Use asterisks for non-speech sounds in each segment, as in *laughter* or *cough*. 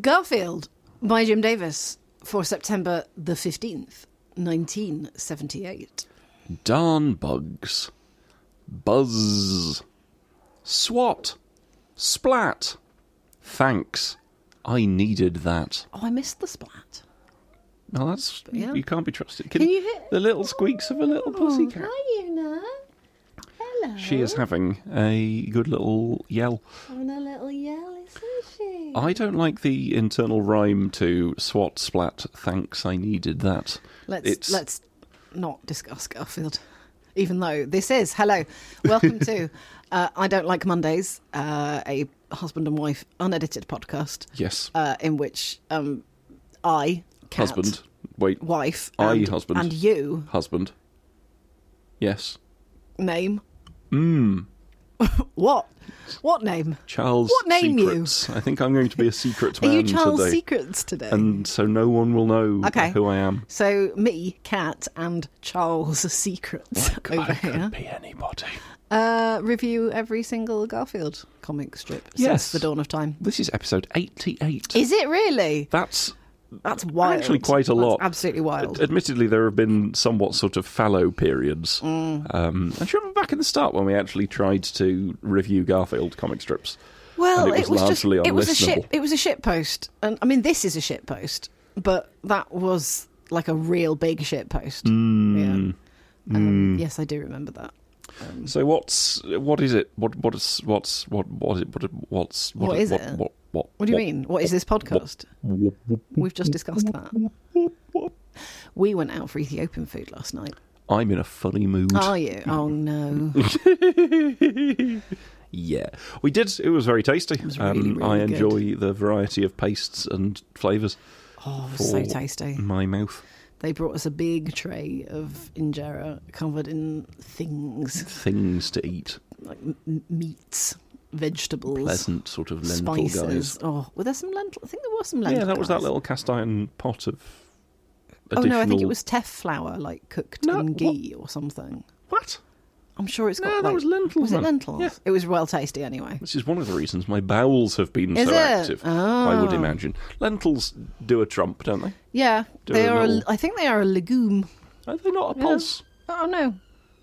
Garfield by Jim Davis for September the 15th, 1978. Darn bugs. Buzz. Swat. Splat. Thanks. I needed that. Oh, I missed the splat. Now that's Yeah. you can't be trusted. Can, Can you Oh, hear- the little squeaks of a little pussycat? Hi, Una. Hello. She is having a good little yell. having a little yell, isn't she? I don't like the internal rhyme to swat splat. Thanks, I needed that. Let's It's- let's not discuss Garfield, *laughs* even though this is hello, welcome *laughs* to uh, I don't like Mondays, uh, a husband and wife unedited podcast yes, uh, in which um, I cat, husband. Wait, wife, I, and, husband. and you husband. Yes, name. Hmm. Mm. *laughs* what? What name? Charles. What name you? Secrets. I think I'm going to be a secret Are man you Charles today, Secrets today? and so no one will know Okay. who I am. so me, Cat, and Charles Secrets over I here. could be anybody. Uh, review every single Garfield comic strip Yes. since the dawn of time. This is episode 88. Is it really? That's That's wild. Actually quite a That's lot. absolutely wild. Admittedly, there have been somewhat sort of fallow periods. Mm. Um, and do you remember back in the start when we actually tried to review Garfield comic strips? well, and it was just largely it was a unlistenable. shit. It was a shit post, and I mean this is a shit post, but that was like a real big shit post. Mm. Yeah. Um, Yes, I do remember that. So what's what is it? What what is what's what what is what what's What is what, it? What, what What do you mean? What is this podcast? We've just discussed *laughs* that. We went out for Ethiopian food last night. I'm in a funny mood. Are you? Oh no! Yeah, we did. It was very tasty. Um, was really, really I good. enjoy the variety of pastes and flavors. Oh, it was so for tasty. My mouth They brought us a big tray of injera covered in things. things to eat. like m- m- meats, vegetables, Pleasant sort of lentil guys. spices. Oh, were there some lentil? I think there was some lentil. yeah, that was that guys. little cast iron pot of. Oh Additional... no, I think it was teff flour, like cooked No, in what- ghee or something. what? I'm sure it's got. No, that like- was lentils, Was it man. lentils? Yeah. It was well tasty anyway. Which is one of the reasons my bowels have been Is so it? active. I would Ah. imagine lentils do a trump, don't they? Yeah, Do they a are. little- A, I think they are a legume. Are they not a pulse? Oh no,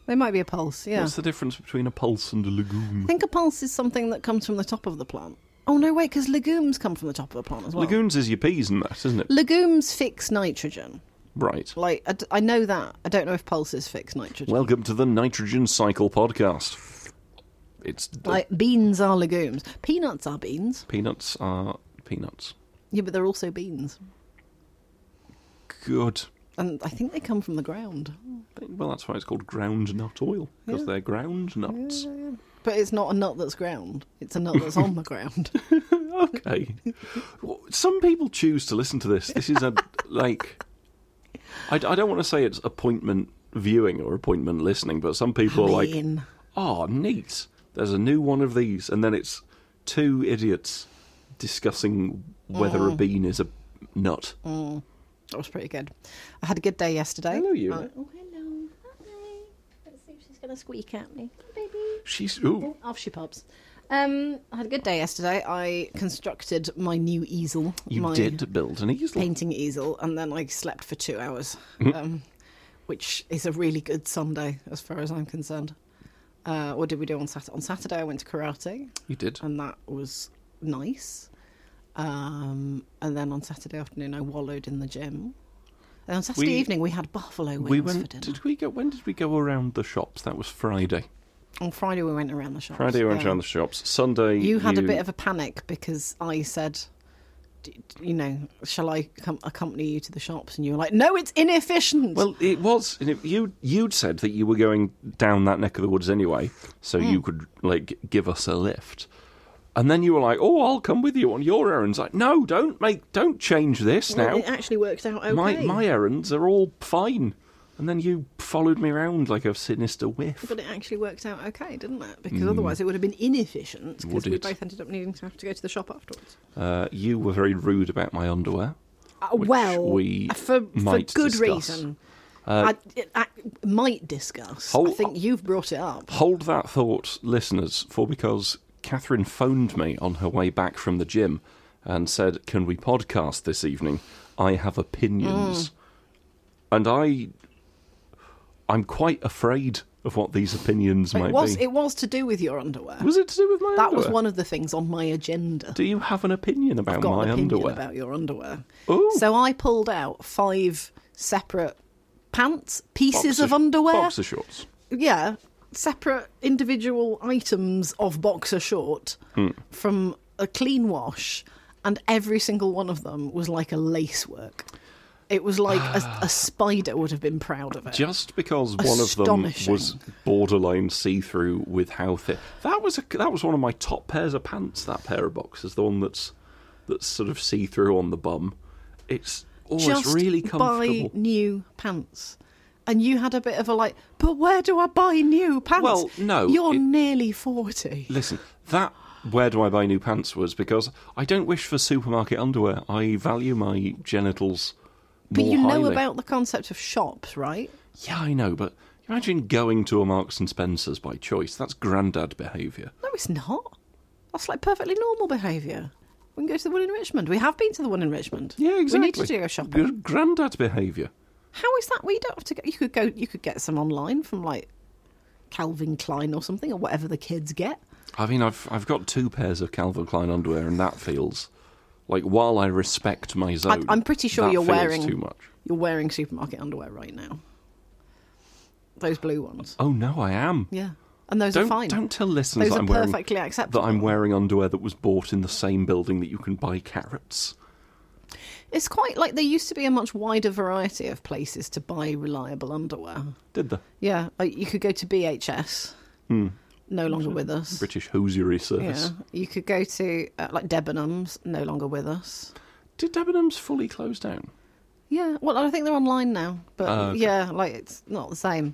they might be a pulse. Yeah, What's the difference between a pulse and a I legume? think a pulse is something that comes from the top of the plant. Oh no, wait, because legumes come from the top of the plant as well. Legumes is your peas and that, isn't it? Legumes fix nitrogen. right. Like I, d- I know that. I don't know if pulses fix nitrogen. Welcome to the Nitrogen Cycle podcast. It's Like beans are legumes. Peanuts are beans. peanuts are peanuts. Yeah, but they're also beans. Good. And I think they come from the ground. Well, that's why it's called ground nut oil because they're ground nuts. But it's not a nut that's ground. It's a nut that's on the *laughs* ground. Okay. Well, Some people choose to listen to this. This is a like. I, I don't want to say it's appointment viewing or appointment listening, but some people are like, mean. "Oh, neat! There's a new one of these," and then it's two idiots discussing whether a bean is a nut. That was pretty good. I had a good day yesterday. Hello, you. Mm. Oh, hello. Hi. Let's see if she's going to squeak at me. Hi, baby. She's ooh, Off she pops. Um, I had a good day yesterday. I constructed my new easel. you my did build an easel. Painting easel, and then I slept for two hours, Mm-hmm. um, which is a really good Sunday as far as I'm concerned. Uh, what did we do on Saturday? On Saturday, I went to karate. You did. and that was nice. Um, and then on Saturday afternoon, I wallowed in the gym. And on Saturday We- evening, we had buffalo wings We for went. dinner. Did we go? When did we go around the shops? That was Friday. On Friday, we went around the shops. Friday we went yeah. around the shops. Sunday You had a bit of a panic because I said, D- d- you know, shall I com- accompany you to the shops? And you were like, no, it's inefficient. Well, it was. and it- You you'd said that you were going down that neck of the woods anyway, so Hmm. you could like give us a lift. And then you were like, "Oh, I'll come with you on your errands." Like, no, don't make, don't change this Well, now. it actually worked out okay. My my errands are all fine. And then you followed me around like a sinister whiff. But it actually worked out okay, didn't it? Because otherwise, it would have been inefficient Mm. Would because we it? both ended up needing to have to go to the shop afterwards. Uh, you were very rude about my underwear. Uh, which well, we for, might for good discuss. Uh, reason. I, I might discuss. Hold- I think you've brought it up. Hold that thought, listeners, for because Catherine phoned me on her way back from the gym and said, Can we podcast this evening? I have opinions. Hmm. And I. I'm quite afraid of what these opinions But might it was be. it was to do with your underwear. was it to do with my that underwear? was one of the things on my agenda. Do you have an opinion about I've got my an opinion underwear? about your underwear. Ooh. So I pulled out five separate pants, pieces Boxer- of underwear. Boxer shorts. yeah, separate individual items of boxer short Hmm. from a clean wash, and every single one of them was like a lace work. It was like *sighs* a, a spider would have been proud of it. Just because one of them was Astonishing. borderline see-through with how thick that was a, that was one of my top pairs of pants. That pair of boxers, the one that's that's sort of see-through on the bum. It's oh, Just it's really buy comfortable. new pants. And you had a bit of a like, but where do I buy new pants? Well, no, You're it- nearly 40. Listen, that where do I buy new pants was because I don't wish for supermarket underwear. I value my genitals. But more you know highly. about the concept of shops, right? yeah, I know, but imagine going to a Marks and Spencers by choice. That's grandad behaviour. No, it's not. That's like perfectly normal behaviour. We can go to the one in Richmond. We have been to the one in Richmond. Yeah, exactly. We need to do a shopping. Gr- Grandad behaviour. How is that? We don't have to go. You could go. You could get some online from like Calvin Klein or something, or whatever the kids get. I mean, I've I've got two pairs of Calvin Klein underwear, and that feels like while I respect my zone, I'm pretty sure that you're feels wearing- too much. You're wearing supermarket underwear right now. Those blue ones. Oh no, I am. Yeah, and those are Don't fine. don't tell listeners those are that I'm wearing perfectly that acceptable. I'm wearing underwear that was bought in the same building that you can buy carrots. It's quite like there used to be a much wider variety of places to buy reliable underwear. Did the Yeah, like, you could go to BHS. No longer with us. Hmm. British Hosiery Yeah, Service? you could go to uh, like Debenhams, no longer with us. Did Debenhams fully close down? Yeah, well, I think they're online now, but Oh, okay. yeah, like it's not the same.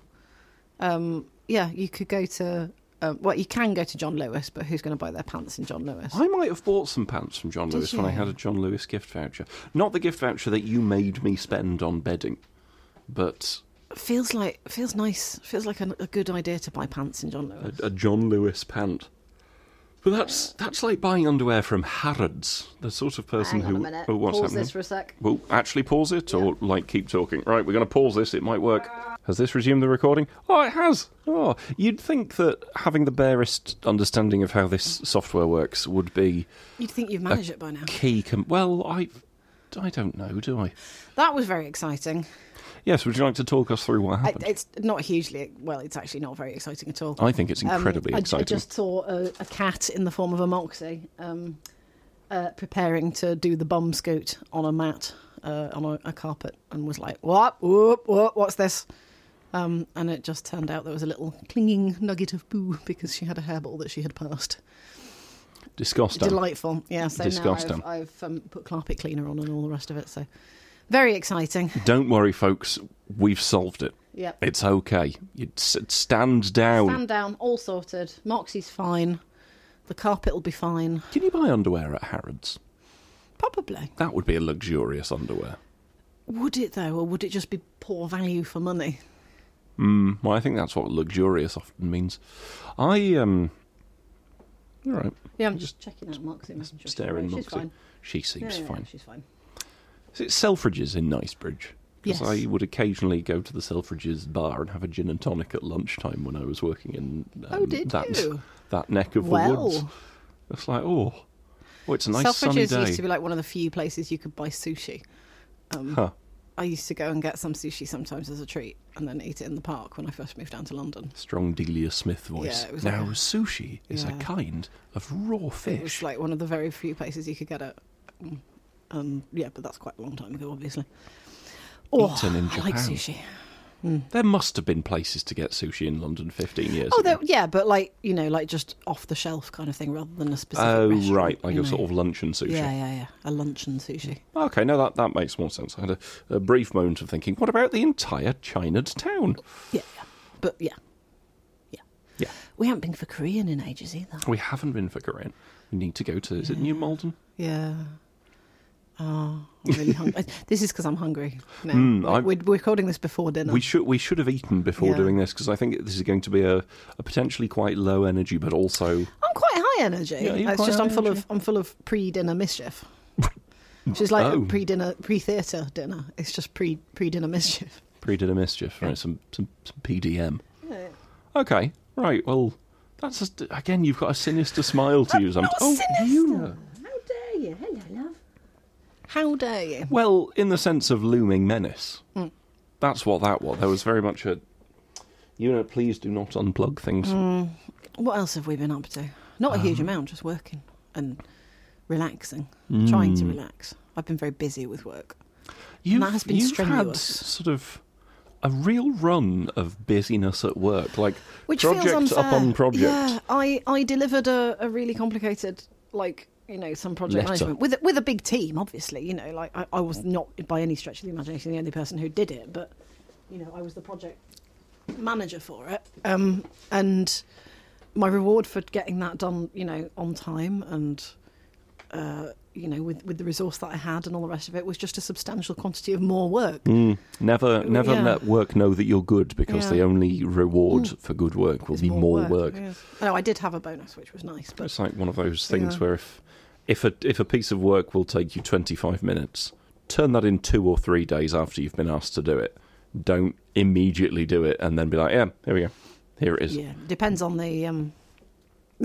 Um, yeah, you could go to um, well, you can go to John Lewis, but who's going to buy their pants in John Lewis? I might have bought some pants from John Lewis when I you? had a John Lewis gift voucher. Not the gift voucher that you made me spend on bedding, but Feels like feels nice. Feels like a, a good idea to buy pants in John Lewis. a, a John Lewis pant. But that's that's like buying underwear from Harrods. The sort of person Hang on who a minute. oh, what's Pause happening? this for a sec. Well, actually pause it or like keep talking. Right, we're going to pause this. It might work. Has this resumed the recording? Oh, it has. Oh, you'd think that having the barest understanding of how this software works would be You'd think uh, you've managed it by now. key. Com- well, I I don't know, do I? That was very exciting. Yes. Would you like to talk us through what I, happened? it's not hugely well. It's actually not very exciting at all. I, think it's Um, incredibly I, I exciting. just saw a, a cat in the form of a moxie um, uh, preparing to do the bum scoot on a mat, uh, on a, a carpet, and was like, what, whoop, whoop, what's this? Um, and it just turned out there was a little clinging nugget of poo *laughs* because she had a hairball that she had passed. Disgusting. Delightful. Yeah, so Disgusting. now I've, I've um, put carpet cleaner on and all the rest of it. So very exciting. Don't worry, folks. We've solved it. Yep. It's okay. You s- stand down. Stand down, all sorted. Moxie's fine. The carpet will be fine. Can you buy underwear at Harrods? Probably. That would be a luxurious underwear. Would it though, or would it just be poor value for money? Mm, well, I think that's what luxurious often means. I um. All right. Yeah, I'm just checking out Moxie. making sure she's Staring. all right. Moxie. She's fine. She Yeah, seems yeah, fine. She's fine. Is it Selfridges in Nicebridge? Yes. Because I would occasionally go to the Selfridges bar and have a gin and tonic at lunchtime when I was working in um, Oh, did that, you? that neck of the woods. Well. It's like, oh, oh it's a nice Selfridges sunny day. used to be like one of the few places you could buy sushi. huh. I used to go and get some sushi sometimes as a treat, and then eat it in the park when I first moved down to London. Strong Delia Smith voice. Yeah, it was now, like a- sushi is a Yeah. kind of raw It was fish. like one of the very few places you could get it. Mm. Um, yeah, but that's quite a long time ago, obviously. Oh, Eaten in I like Japan. sushi. There must have been places to get sushi in London 15 years Oh, ago. there- yeah, but like you know, like just off the shelf kind of thing, rather than a specific. oh, restaurant, right. Like you a know. sort of luncheon sushi. Yeah, yeah, yeah. A luncheon sushi. Okay, no, that, that makes more sense. I had a, a brief moment of thinking, what about the entire Chinatown? town? Yeah, yeah. But yeah, yeah. Yeah. We haven't been for Korean in ages either. We haven't been for Korean. We need to go to, is it New Malden? Yeah. Oh, I'm really hungry. *laughs* This is because I'm hungry. No, Mm, I- we're, we're recording this before dinner. We should we should have eaten before Yeah. doing this because I think this is going to be a, a potentially quite low energy, but also I'm quite high energy. Yeah, you're it's quite just high I'm full energy. *laughs* of I'm full of pre-dinner mischief. She's like Oh. pre dinner, pre theatre dinner. It's just pre pre dinner mischief. Pre did a mischief, right? Some, some some PDM. Yeah. Okay, right. Well, that's just, again, you've got a sinister smile to use. I'm not oh, sinister. you. How dare you? Hello, love. How dare you? Well, in the sense of looming menace. Mm. That's what that was. There was very much a. You know, please do not unplug things. Mm. What else have we been up to? Not a huge amount, just working and relaxing, trying to relax. I've been very busy with work. You've, that has been you've had strenuous. sort of a real run of busyness at work, like which project feels unfair. up on project. Yeah, I, I delivered a, a really complicated like you know some project Letter. Mm. management with a- with a big team. Obviously, you know, like I, I was not by any stretch of the imagination the only person who did it, but you know, I was the project manager for it, um, and my reward for getting that done, you know, on time and. Uh, you know, with, with the resource that I had and all the rest of it, was just a substantial quantity of more work. Mm. Never, never yeah. let work know that you're good because Yeah. Mm. the only reward for good work will It's be more, work. yeah. No, Oh, I did have a bonus, which was nice, but It's like one of those things Yeah. where if if a if a piece of work will take you 25 minutes, turn that in two or three days after you've been asked to do it. Don't immediately do it and then be like, yeah, here we go, here it is. Yeah, depends on the. Um,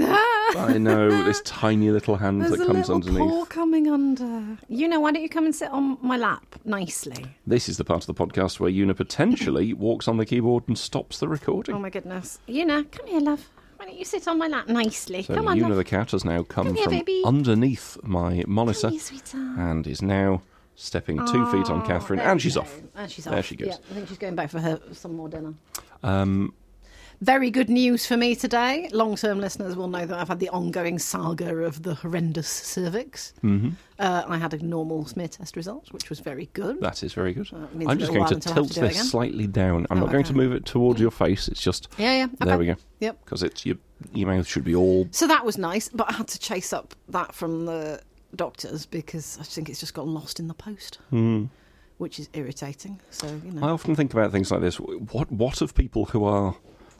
I know this tiny little hand there's that a comes little underneath. paw coming under. You know, why don't you come and sit on my lap nicely? This is the part of the podcast where Una potentially walks on the keyboard and stops the recording. Oh my goodness, Yuna, come here, love. Why don't you sit on my lap nicely? so come on, Una love. the cat has now come, Come here, from baby. underneath my monitor Come here, sweetheart. and is now stepping two feet on Catherine, Ah, There and we she's go. off. And she's off. There she goes. Yeah, I think she's going back for her some more dinner. Um, Very good news for me today. Long term listeners will know that I've had the ongoing saga of the horrendous cervix. Mm-hmm. Uh, I had a normal smear test result, which was very good. That is very good. Well, it means I'm a just little going while to until I have tilt to do it this again. slightly down. I'm Oh, not going to okay. move it towards your face. It's just Yeah, yeah. there okay. we go Yep. because it's your your mouth should be all. So that was nice, but I had to chase up that from the doctors because I think it's just got lost in the post, Hmm. which is irritating. So you know, I often think about things like this. What what of people who are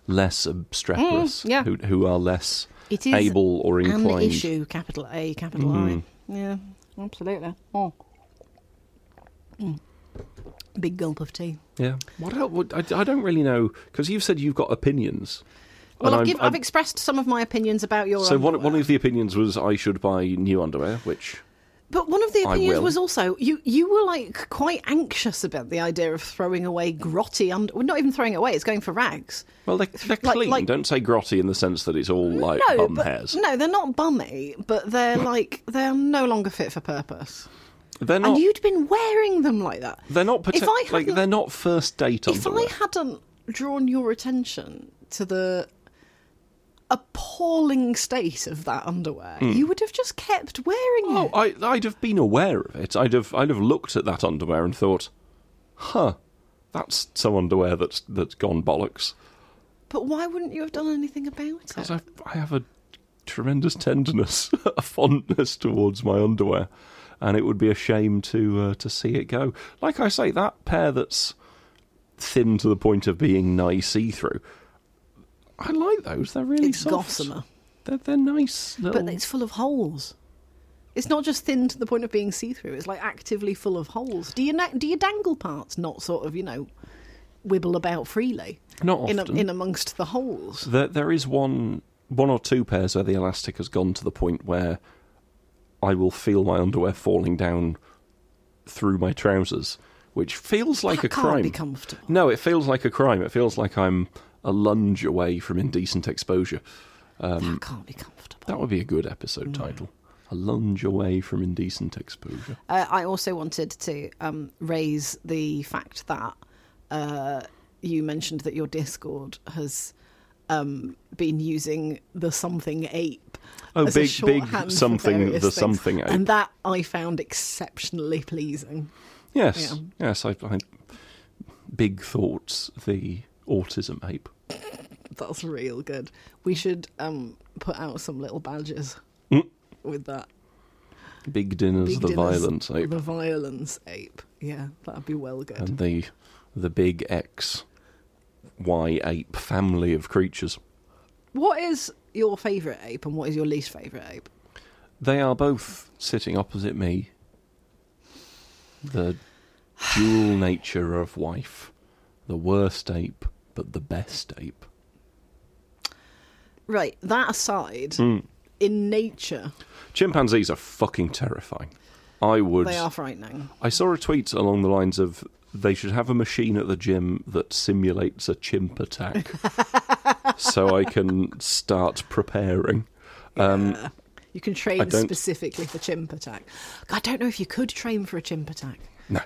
less obstreperous? Mm, yeah. Who who are less it is able or an inclined? issue. Capital A, capital Hmm. I. Yeah, absolutely. Oh. Mm. Big gulp of tea. Yeah. What el- what- I, I don't really know because you've said you've got opinions. Well, And I've, I'm- give, I'm- I've expressed some of my opinions about your. so one, one underwear. of the opinions was I should buy new underwear, which But one of the I opinions will. was also you you were like quite anxious about the idea of throwing away grotty under. Well, not even throwing it away; it's going for rags. well they're, they're Like- clean. like- don't say grotty in the sense that it's all like no, bum but, hairs. No, they're not bummy, but they're like they're no longer fit for purpose. They're not. And you'd been wearing them like that. They're not If partic- I like hadn't- they're not first date If underwear. I hadn't drawn your attention to the appalling state of that underwear, you would have just kept wearing Hmm. Oh, it. I, I'd have been aware of it. I'd have I'd have looked at that underwear and thought, huh, that's some underwear that's that's gone bollocks. But why wouldn't you have done anything about it? Because I I have a tremendous tenderness, *laughs* a fondness towards my underwear, and it would be a shame to uh, to see it go. Like I say, that pair that's thin to the point of being nigh see through. I like those. They're really It's soft. gossamer, They're, they're nice. Little... but it's full of holes. It's not just thin to the point of being see-through. It's like actively full of holes. Do you na- do your dangle parts not sort of you know wibble about freely? not in, often. in amongst the holes. There, there is one, one or two pairs where the elastic has gone to the point where I will feel my underwear falling down through my trousers, which feels like That a can't crime. be comfortable. No, it feels like a crime. It feels like I'm a lunge away from indecent exposure. that can't be comfortable. Um, That would be a good episode title. A lunge away from indecent exposure. Uh, I also wanted to um, raise the fact that uh, you mentioned that your Discord has um, been using the something ape. Oh, as a big- big shorthand for something- various the things, something ape. and that I found exceptionally pleasing. Yes, Yeah. yes. I, I, big thoughts. The autism ape. That's real good. We should um, put out some little badges Mm. with that. Big dinners. Big the dinners, violent ape. Um, The violence ape. Yeah, that'd be well good. and the the big X Y ape family of creatures. What is your favourite ape and what is your least favourite ape? They are both sitting opposite me The *sighs* dual nature of wife. The worst ape, but the best ape. Right, that aside, Hmm. in nature, Chimpanzees are fucking terrifying. I would. they are frightening. I saw a tweet along the lines of they should have a machine at the gym that simulates a chimp *laughs* attack, so I can start preparing. Um, You can I train don't- specifically for chimp attack. I don't know if you could train for a chimp attack. No.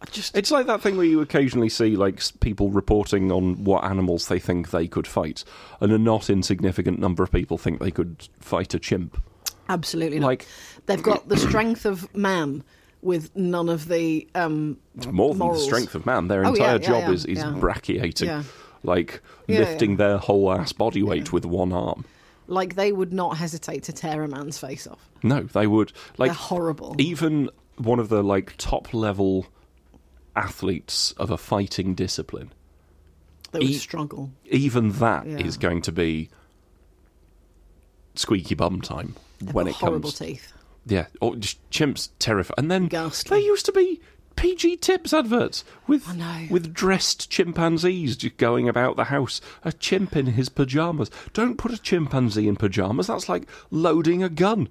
I just It's like that thing where you occasionally see like s- people reporting on what animals they think they could fight, and a not insignificant number of people think they could fight a chimp. absolutely not. Like They've got the strength of man with none of the um, it's more than Morals. the strength of man. Their Oh, yeah, entire yeah, job yeah, is is yeah. brachiating, Yeah. like Yeah, lifting yeah. their whole ass body weight with one arm. like they would not hesitate to tear a man's face off. No, they would like They're horrible. even one of the like top level athletes of a fighting discipline they would e- struggle. even that is Yeah. going to be squeaky bum time They've when got it horrible comes teeth. yeah or just chimps terrifying and then Ghastly. there used to be pg tips adverts with I know. with dressed chimpanzees just going about the house a chimp in his pajamas don't put a chimpanzee in pajamas that's like loading a gun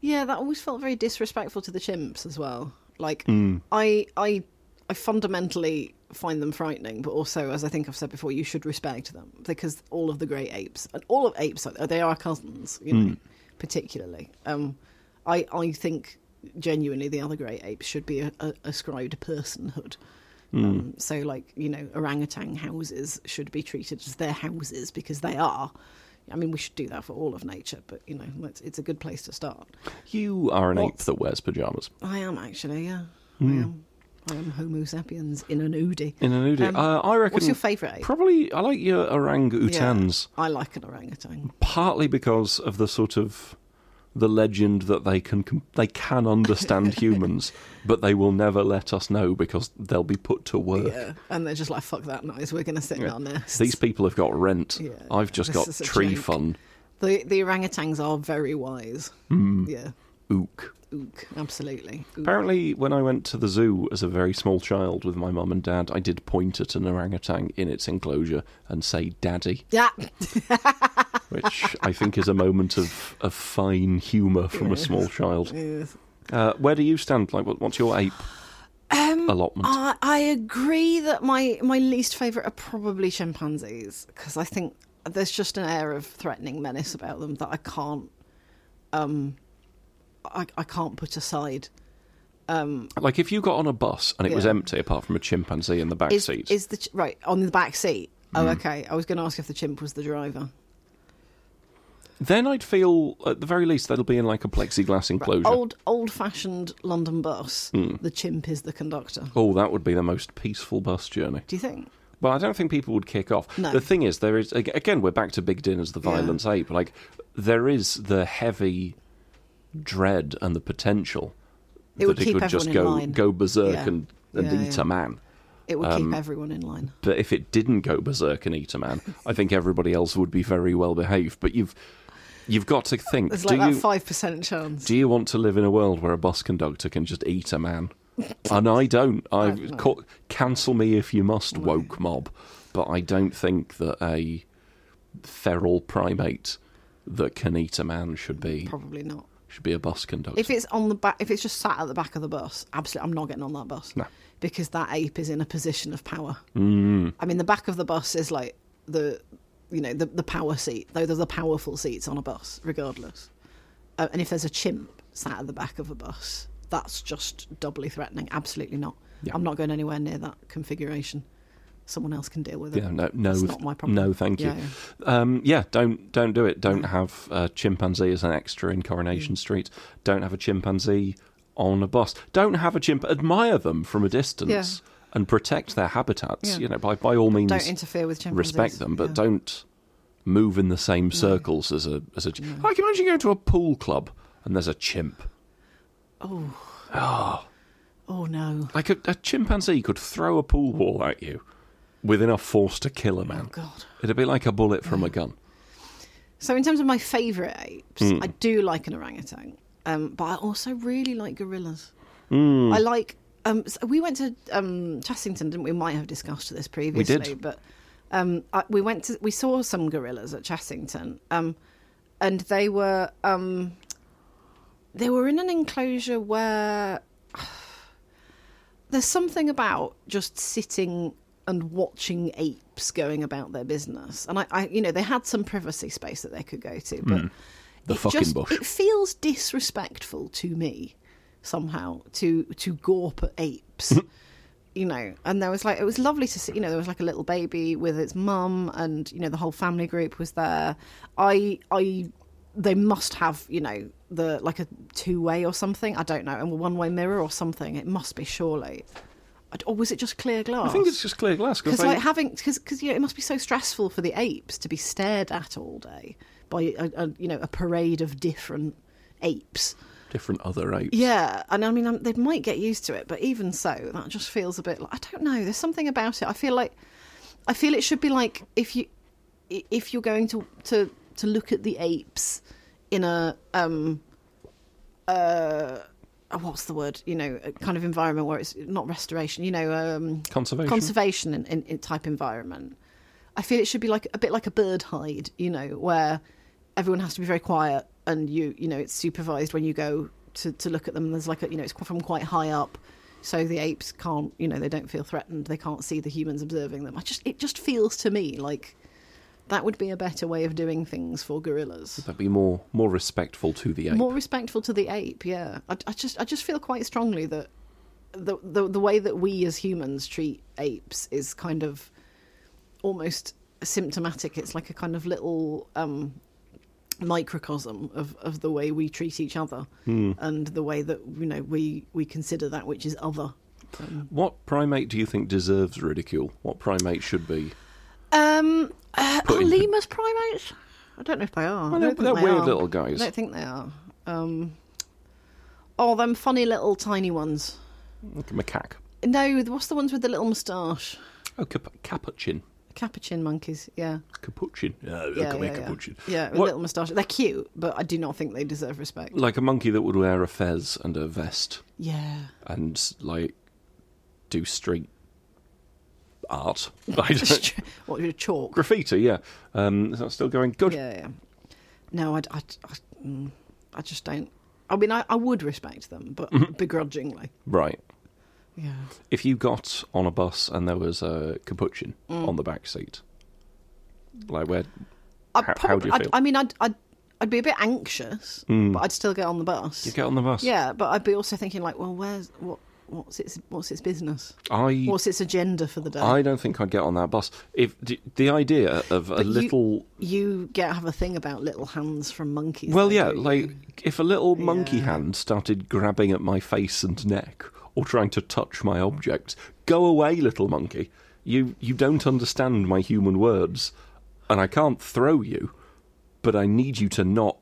Yeah, that always felt very disrespectful to the chimps as well. Like I I I fundamentally find them frightening, but also as I think I've said before, you should respect them because all of the great apes and all of apes are, they are cousins, you know, particularly. Um I I think genuinely the other great apes should be a, a, ascribed personhood. Um, so like, you know, orangutan houses should be treated as their houses because they are. I mean, we should do that for all of nature, but you know, it's, it's a good place to start. you are an What? ape that wears pajamas I am actually, yeah. I am. I am Homo sapiens in an Udi. Hmm. in an oodie. Um, uh, I reckon. What's your favourite ape? Probably, I like your orang utans, Yeah, I like an *laughs* orangutan. partly because of the sort of the legend that they can com- they *laughs* can understand humans, but they will never let us know because they'll be put to work. Yeah, Uh, and they're just like, fuck that noise. We're going to sit in Yeah. our nests. These people have got rent. Yeah, I've just this got is a tree joke. fun. the the orangutans are very wise. Hmm. Yeah, Ook. ook, absolutely. Ook. Apparently, when I went to the zoo as a very small child with my mum and dad, I did point at an orangutan in its enclosure and say "daddy," Yeah, *laughs* which I think is a moment of, of fine humour from a Yes. small child. yes. Uh, where do you stand? Like, what, what's your ape Um, allotment? I, I agree that my, my least favourite are probably chimpanzees because I think there's just an air of threatening menace about them that I can't, um, I, I can't put aside. Um, like, if you got on a bus and it was Yeah. empty apart from a chimpanzee in the back is seat, Mm. is the ch- right on the back seat? Oh, okay. I was going to ask if the chimp was the driver. then I'd feel at the very least that'll be in like a plexiglass enclosure. Old old fashioned London bus. Mm. The chimp is the conductor. Oh, that would be the most peaceful bus journey. Do you think? Well, I don't think people would kick off. No. The thing is, there is ag- again, we're back to Big Dinner's the Yeah. violent ape. Like, there is the heavy dread and the potential It would that it keep could just everyone in go line. go berserk Yeah. and, and Yeah, eat yeah. a man. It would Um, keep everyone in line. But if it didn't go berserk and eat a man, I think everybody else would be very well behaved. But you've you've got to think: There's do like that you five percent chance. do you want to live in a world where a bus conductor can just eat a man? and I don't. *laughs* I No, no. ca- cancel me if you must, woke mob. But I don't think that a feral primate that can eat a man should be Probably not. should be a bus conductor. If it's on the back, if it's just sat at the back of the bus, absolutely, I'm not getting on that bus. No. because that ape is in a position of power. Mm. I mean, the back of the bus is like the, you know, the the power seat. Though there's the powerful seats on a bus, regardless. Uh, and if there's a chimp sat at the back of a bus, that's just doubly threatening. Absolutely not. Yeah. I'm not going anywhere near that configuration. Someone else can deal with it. yeah, no, no, It's th- not my problem. no, thank you. Yeah, yeah. Um, yeah, don't don't do it. Don't have a chimpanzee as an extra in Coronation Mm. Street. Don't have a chimpanzee on a bus. Don't have a chimp. Admire them from a distance and protect their habitats. Yeah. You know, by by all means, Don't interfere with chimpanzees. respect them, but Yeah. don't move in the same circles as a as a. Ch- I can imagine going to a pool club and there's a chimp. Oh, Oh, oh no. like a, a chimpanzee could throw a pool ball at you with enough force to kill a Oh man. god. It'd be like a bullet from a gun. So, in terms of my favourite apes, I do like an orangutan, um, but I also really like gorillas. I like um, so we went to um, Chessington, didn't we? We might have discussed this previously, but um, I, we went to we saw some gorillas at Chessington, um, and they were um, they were in an enclosure where *sighs* there's something about just sitting and watching apes going about their business, and I, I you know, they had some privacy space that they could go to, but Hmm. The it fucking just, bush. It feels disrespectful to me somehow to to gawp at *laughs* apes. you know, and there was like it was lovely to see. You know, there was like a little baby with its mum, and you know the whole family group was there. I I they must have you know the like a two way or something. I don't know, and a one way mirror or something. It must be surely, I- or was it just clear glass? I think it's just clear glass. because they- like having because because you know it must be so stressful for the apes to be stared at all day by a, a, you know a parade of different apes. different other apes. Yeah, and I mean um, they might get used to it, but even so, that just feels a bit. Like, I don't know. There's something about it. I feel like I feel it should be like if you i- if you're going to to to look at the apes in a um uh oh, what's the word you know a kind of environment where it's not restoration you know um Conservation. conservation in, in, in type environment. I feel it should be like a bit like a bird hide, you know, where everyone has to be very quiet and you you know it's supervised when you go to, to look at them. There's like a you know it's qu- from quite high up, so the apes can't you know they don't feel threatened. They can't see the humans observing them. I just it just feels to me like that would be a better way of doing things for gorillas. That'd be more more respectful to the ape. More respectful to the ape, yeah. I, I just I just feel quite strongly that the, the the way that we as humans treat apes is kind of almost symptomatic. It's like a kind of little um, microcosm of, of the way we treat each other Hmm. and the way that you know we we consider that which is other. What primate do you think deserves ridicule? What primate should be? Um, uh, are Put in- lemurs primates? I don't know if they are. I they're- don't think they're they weird are. little guys. I don't think they are. Um, oh, them funny little tiny ones. Like a macaque. No, what's the ones with the little moustache? Oh, cap- capuchin. Capuchin monkeys, yeah. Capuchin. Yeah, look Yeah, at me, yeah, yeah. capuchin. Yeah, with What- little moustache. They're cute, but I do not think they deserve respect. Like a monkey that would wear a fez and a vest Yeah. *laughs* and like do street *laughs* art. I don't- what, your chalk? *laughs* graffiti. Yeah. Um, is that still going? Good. Yeah, yeah. No, I, I, I, mm, I just don't. I mean, I, I would respect them, but Mm-hmm. begrudgingly. Right. Yeah. If you got on a bus and there was a capuchin Mm. on the back seat, like where? I How- how do you I'd- feel? Mm. I mean, I'd, I'd, I'd be a bit anxious, but I'd still get on the bus. You get on the bus. Yeah, but I'd be also thinking like, well, where's what? What's its what's its business? I. What's its agenda for the day? I don't think I'd get on that bus. If d- the idea of a But you- little, you get have a thing about little hands from monkeys. well, though, yeah, don't you? like if a little monkey Yeah. hand started grabbing at my face and neck or trying to touch my objects, go away, little monkey. You you don't understand my human words, and I can't throw you, but I need you to not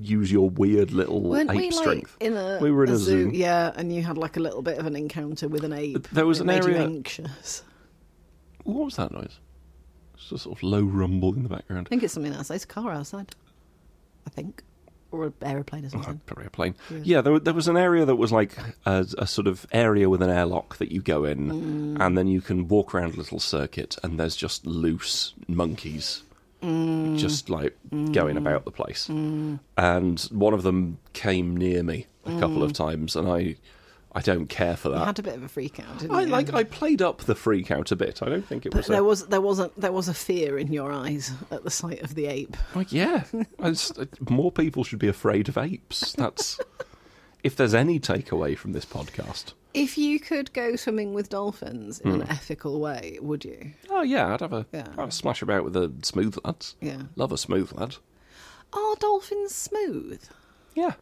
use your weird little weren't ape we like strength. in a we were in a, zoo, yeah, and you had like a little bit of an encounter with an ape. there was it an made you area- anxious. What was that noise? It's just sort of low rumble in the background. I think it's something outside. It's a car outside, I think, or an aeroplane or Oh, something. probably a plane. Yeah, Yeah. there, there was an area that was like a, a sort of area with an airlock that you go in, Mm. and then you can walk around a little circuit, and there's just loose monkeys Mm. just like going about the place. And one of them came near me a couple of times, and I, I don't care for Mm. You that. had a bit of a freak out, didn't Uh, I you? like I played up the freak out a bit. I don't think it But was. a- there was there wasn't there was a fear in your eyes at the sight of the ape. Like, *laughs* yeah, I just- uh, more people should be afraid of apes. That's if there's any takeaway from this podcast. If you could go swimming with dolphins Hmm. in an ethical way, would you? Oh yeah, I'd have a Yeah. I'd have a splash about with the smooth lads. Yeah. Love a smooth lad. Are dolphins smooth? Yeah,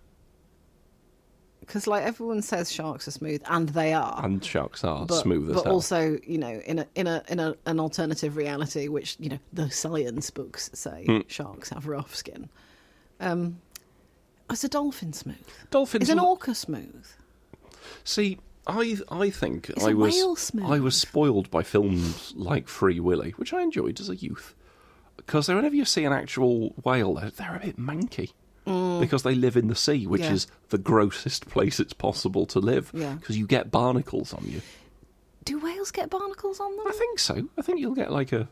Because like everyone says, sharks are smooth, and they are. and sharks are but, smooth as but hell. also you know in a in a in a, an alternative reality which you know the science books say Hmm. sharks have rough skin um is a dolphin smooth Dolphins is an are- orca smooth See, I I think It's I a was whale smooth. I was spoiled by films like Free Willy, which I enjoyed as a youth, because whenever you see an actual whale, they're, they're a bit manky. because they live in the sea, which Mm. Yeah. is the grossest place it's possible to live Yeah. because you get barnacles on you. Do whales get barnacles on them? I think so. I think you'll get like a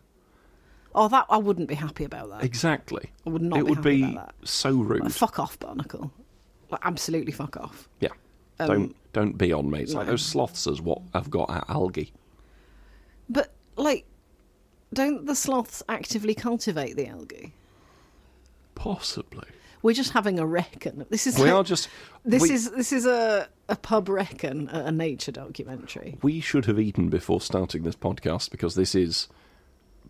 Oh, that I wouldn't be happy about that. exactly. I would not It be would happy be about so rude. Like, fuck off, barnacle. Like, absolutely fuck off. yeah. Um, don't don't be on me. It's like no. those slothsers. What I've got at algae. But like, don't the sloths actively cultivate the algae? *laughs* Possibly. We're just having a reckon. This is We like- are just. this we, is this is a a pub reckon at a nature documentary. We should have eaten before starting this podcast because this is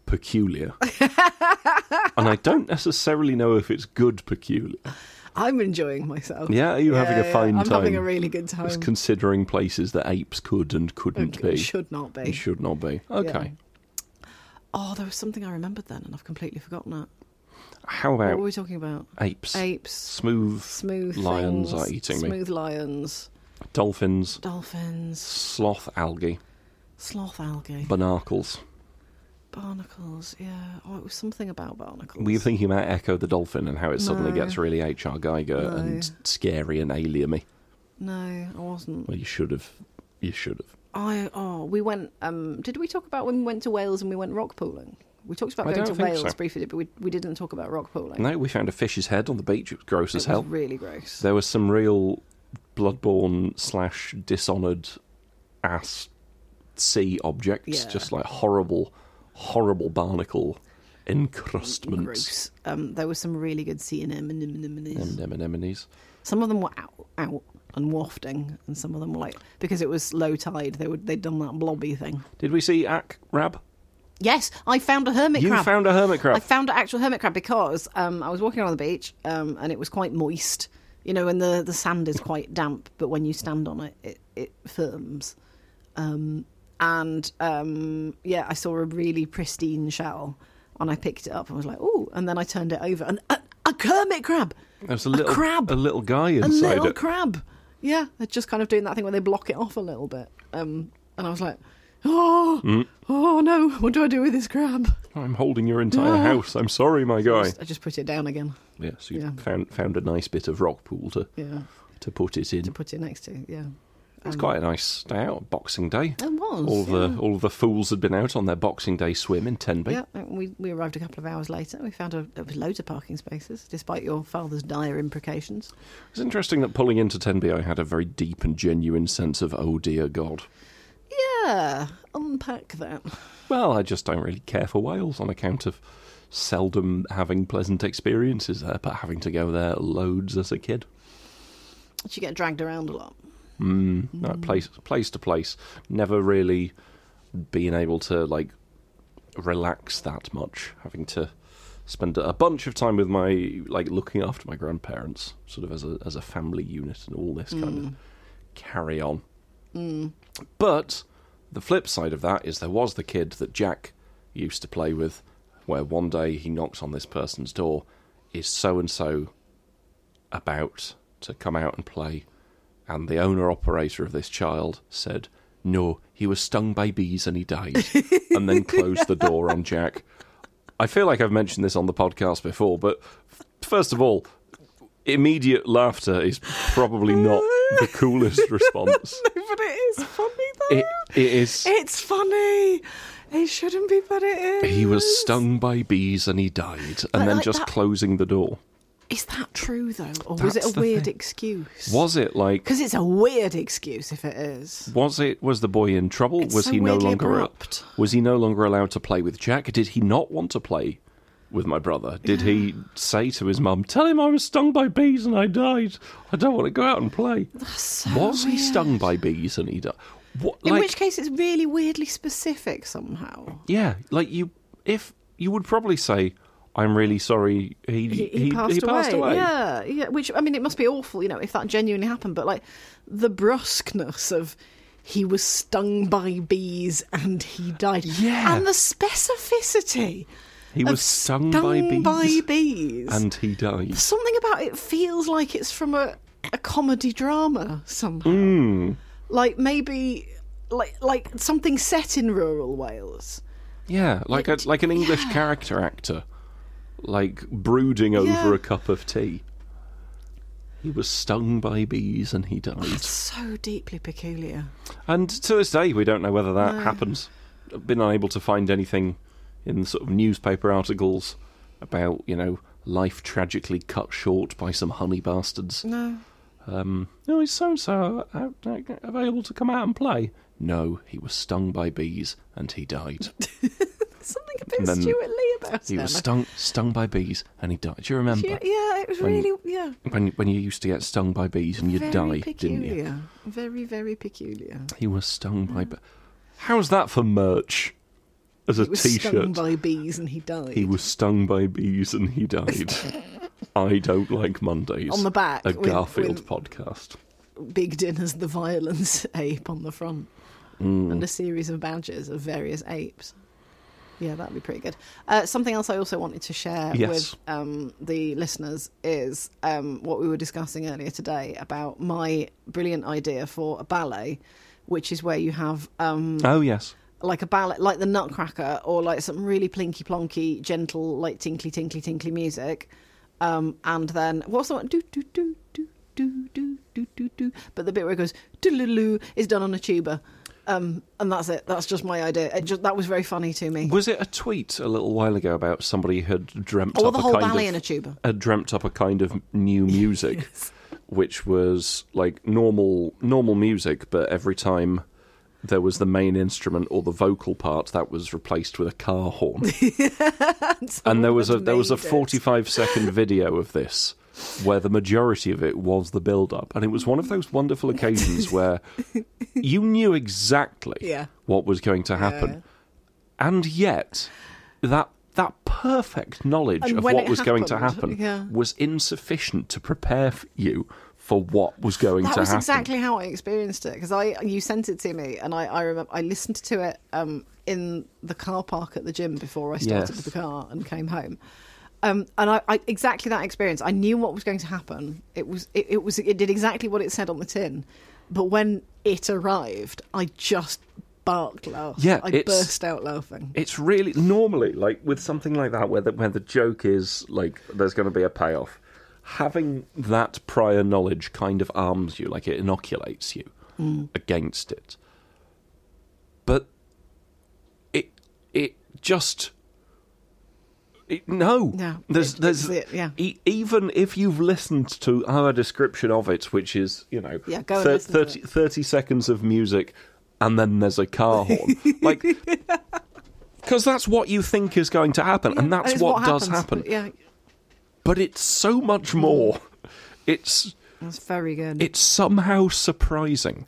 peculiar. *laughs* and I don't necessarily know if it's good peculiar. I'm enjoying myself. Yeah, are you Yeah, having a yeah, fine I'm time? having a really good time. Just considering places that apes could and couldn't It be. should not be. It should not be. Okay. Oh, there was something I remembered then, and I've completely forgotten it. How What about were we talking about? apes? Apes, Smooth smooth lions things, are eating me. Smooth lions, dolphins, dolphins, sloth algae, sloth algae, barnacles. barnacles. Yeah. Oh, it was something about barnacles. Were you thinking about Echo the dolphin and how it suddenly No. gets really H.R. Geiger No. and scary and alien No, I wasn't. Well, you should have. You should have. I oh, we went. Um, did we talk about when we went to Wales and we went rock pooling? We talked about I going to don't think Wales so. briefly, but we we didn't talk about rock pooling. No, we found a fish's head on the beach. It was gross it as was hell. really gross. there was some real bloodborne slash dishonored ass sea objects, Yeah. just like horrible, horrible barnacle encrustments. Gross. Um, there was some really good sea anemones. And anemones. Some of them were out, out and wafting, and some of them were like because it was low tide. They would they'd done that blobby thing. Did we see Ack Rab? Yes, I found a hermit you crab. found a hermit crab. I found an actual hermit crab because um, I was walking on the beach um, and it was quite moist. You know, and the, the sand is quite damp, but when you stand on it, it, it firms. Um, and um, yeah, I saw a really pristine shell and I picked it up and was like, oh, and then I turned it over and a, a hermit crab! there was a little crab. a little guy A inside little it. crab! Yeah, they're just kind of doing that thing where they block it off a little bit. Um, and I was like, oh, Mm. oh no, what do I do with this crab? I'm holding your entire house. I'm sorry, my guy. I Ah. just put it down again. Yes, you Yeah. found found a nice bit of rock pool to Yeah. to put it in. to put it next to. Yeah, It's quite a nice day out, Boxing Day. it was. All the all the fools had been out on their Boxing Day swim in Tenby. yeah. and we we arrived a couple of hours later. We found a, there was loads of parking spaces, despite your father's dire imprecations. It's interesting that pulling into Tenby, I had a very deep and genuine sense of oh dear God. Yeah, unpack that. Well, I just don't really care for Wales on account of seldom having pleasant experiences there, but having to go there loads as a kid. Did you get dragged around a lot? Mm, no, place place to place, never really being able to like relax that much, having to spend a bunch of time with my like looking after my grandparents, sort of as a as a family unit and all this kind of carry on. But the flip side of that is there was the kid that Jack used to play with, where one day he knocks on this person's door, is so and so about to come out and play, and the owner operator of this child said, No, he was stung by bees and he died, and then closed the door on Jack. I feel like I've mentioned this on the podcast before, but f- first of all, immediate laughter is probably not the coolest response. *laughs* but it is funny though. It, it is. it's funny. It shouldn't be, but it He was stung by bees and he died, and then like just that- closing the door. Is that true though, or was it That's a the weird thing. excuse? Was it like? Because it's a weird excuse if it is. Was it? Was the boy in trouble? It's was so he no weirdly longer? abrupt. Was he no longer allowed to play with Jack? Did he not want to play with my brother? Did he say to his mum, "Tell him I was stung by bees and I died. I don't want to go out and play." So was he weird. stung by bees and he died? What? In like, which case, it's really weirdly specific somehow. yeah, like you, if you would probably say. I'm really sorry. He he, he passed, away. Yeah, yeah. Which I mean, it must be awful, you know, if that genuinely happened. But like the brusqueness of he was stung by bees and he died. Yeah. and the specificity. He of was stung, by stung bees. by bees. and he died. something about it feels like it's from a, a comedy drama somehow. Hmm. Like maybe like like something set in rural Wales. Yeah, like a, like an English character actor, like brooding over Yeah. a cup of tea. He was stung by bees and *laughs* he died. It's so deeply peculiar. And to this day, we don't know whether that No. happens. I've been unable to find anything in sort of newspaper articles about, you know, life tragically cut short by some honey bastards. No. Um, oh, is so so available to come out and play? No, he was stung by bees and *laughs* he died. Something a bit And then Stuart Lee about He him. was stung stung by bees and he died. Do you Stu- remember yeah, it was when- really yeah. when when you used to get stung by bees and you'd very die, peculiar. didn't you? Very, very peculiar. He was stung by. Be- How's that for merch? As a He was t-shirt. stung by bees and he died. He was stung by bees and *laughs* he died. I don't like Mondays. On the back a with- Garfield with- podcast. Big dinners, the violence *laughs* ape on the front, Mm. and a series of badges of various apes. Yeah, that'd be pretty good. Uh, something else I also wanted to share Yes. with um, the listeners is um, what we were discussing earlier today about my brilliant idea for a ballet, which is where you have um, Oh yes, like a ballet, like the Nutcracker, or like some really plinky plonky, gentle, like tinkly tinkly tinkly music. Um, and then what's the one? Do do do do do do do do do. But the bit where it goes do is done on a tuba, um, and that's it. That's just my idea. It just, that was very funny to me. was it a tweet a little while ago about somebody had dreamt Or up Oh, the a whole kind ballet in of, a tuba. had dreamt up a kind of *laughs* new music, which was like normal normal music, but every time there was the main instrument or the vocal part that was replaced with a car horn. *laughs* and there was a there was a Amazing. 45 second video of this where the majority of it was the build up and it was one of those wonderful occasions *laughs* where you knew exactly Yeah. what was going to happen and yet that that perfect knowledge And of when what it was going to happened, happen yeah. was insufficient to prepare f- you for what was going That to was happen exactly how I experienced it because I you sent it to me and I I remember I listened to it um in the car park at the gym before I started Yes. the car and came home. Um, and I, I exactly that experience. I knew what was going to happen. It was it, it was it did exactly what it said on the tin, but when it arrived, I just barked laughing. Yeah, I it's- burst out laughing. it's really normally like with something like that where the, where the joke is like there's going to be a payoff having that prior knowledge kind of arms you like it inoculates you Mm. against it but it it just it, no, No, there's it- there's it's it, yeah. e- even if you've listened to our description of it, which is you know Yeah, go and thir- listen to 30 30 seconds of music, and then there's a *laughs* car horn, like because that's what you think is going to happen, and Yeah, that's it's what, does happens. happen. Yeah, Mm. But it's so much more. It's that's very good. it's somehow surprising,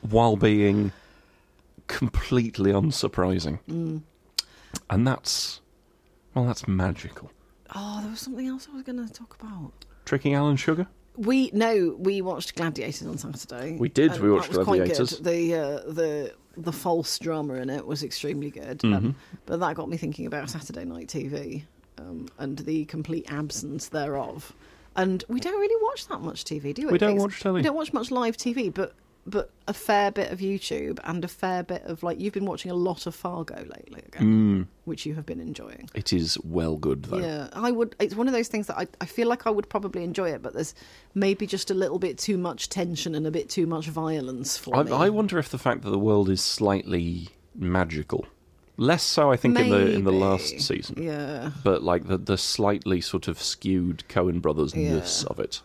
while being completely unsurprising, Mm. and that's well, that's magical. oh, there was something else I was going to talk about. Tricking Alan Sugar. We no, we watched Gladiators on Saturday. We did, And we watched that was quite good. Gladiators. The uh, the the false drama in it was extremely good, Mm-hmm. um, but that got me thinking about Saturday night TV um, and the complete absence thereof. And we don't really watch that much TV, do we? We don't Because watch telly. We don't watch much live TV, but but a fair bit of YouTube and a fair bit of like you've been watching a lot of Fargo lately, Mm. again, which you have been enjoying. It is well good though. Yeah, I would. It's one of those things that I, I feel like I would probably enjoy it, but there's maybe just a little bit too much tension and a bit too much violence for I, me. I wonder if the fact that the world is slightly magical, less so I think in the in the last Maybe. season, yeah, but like the the slightly sort of skewed Cohen brothers ness Yeah. of it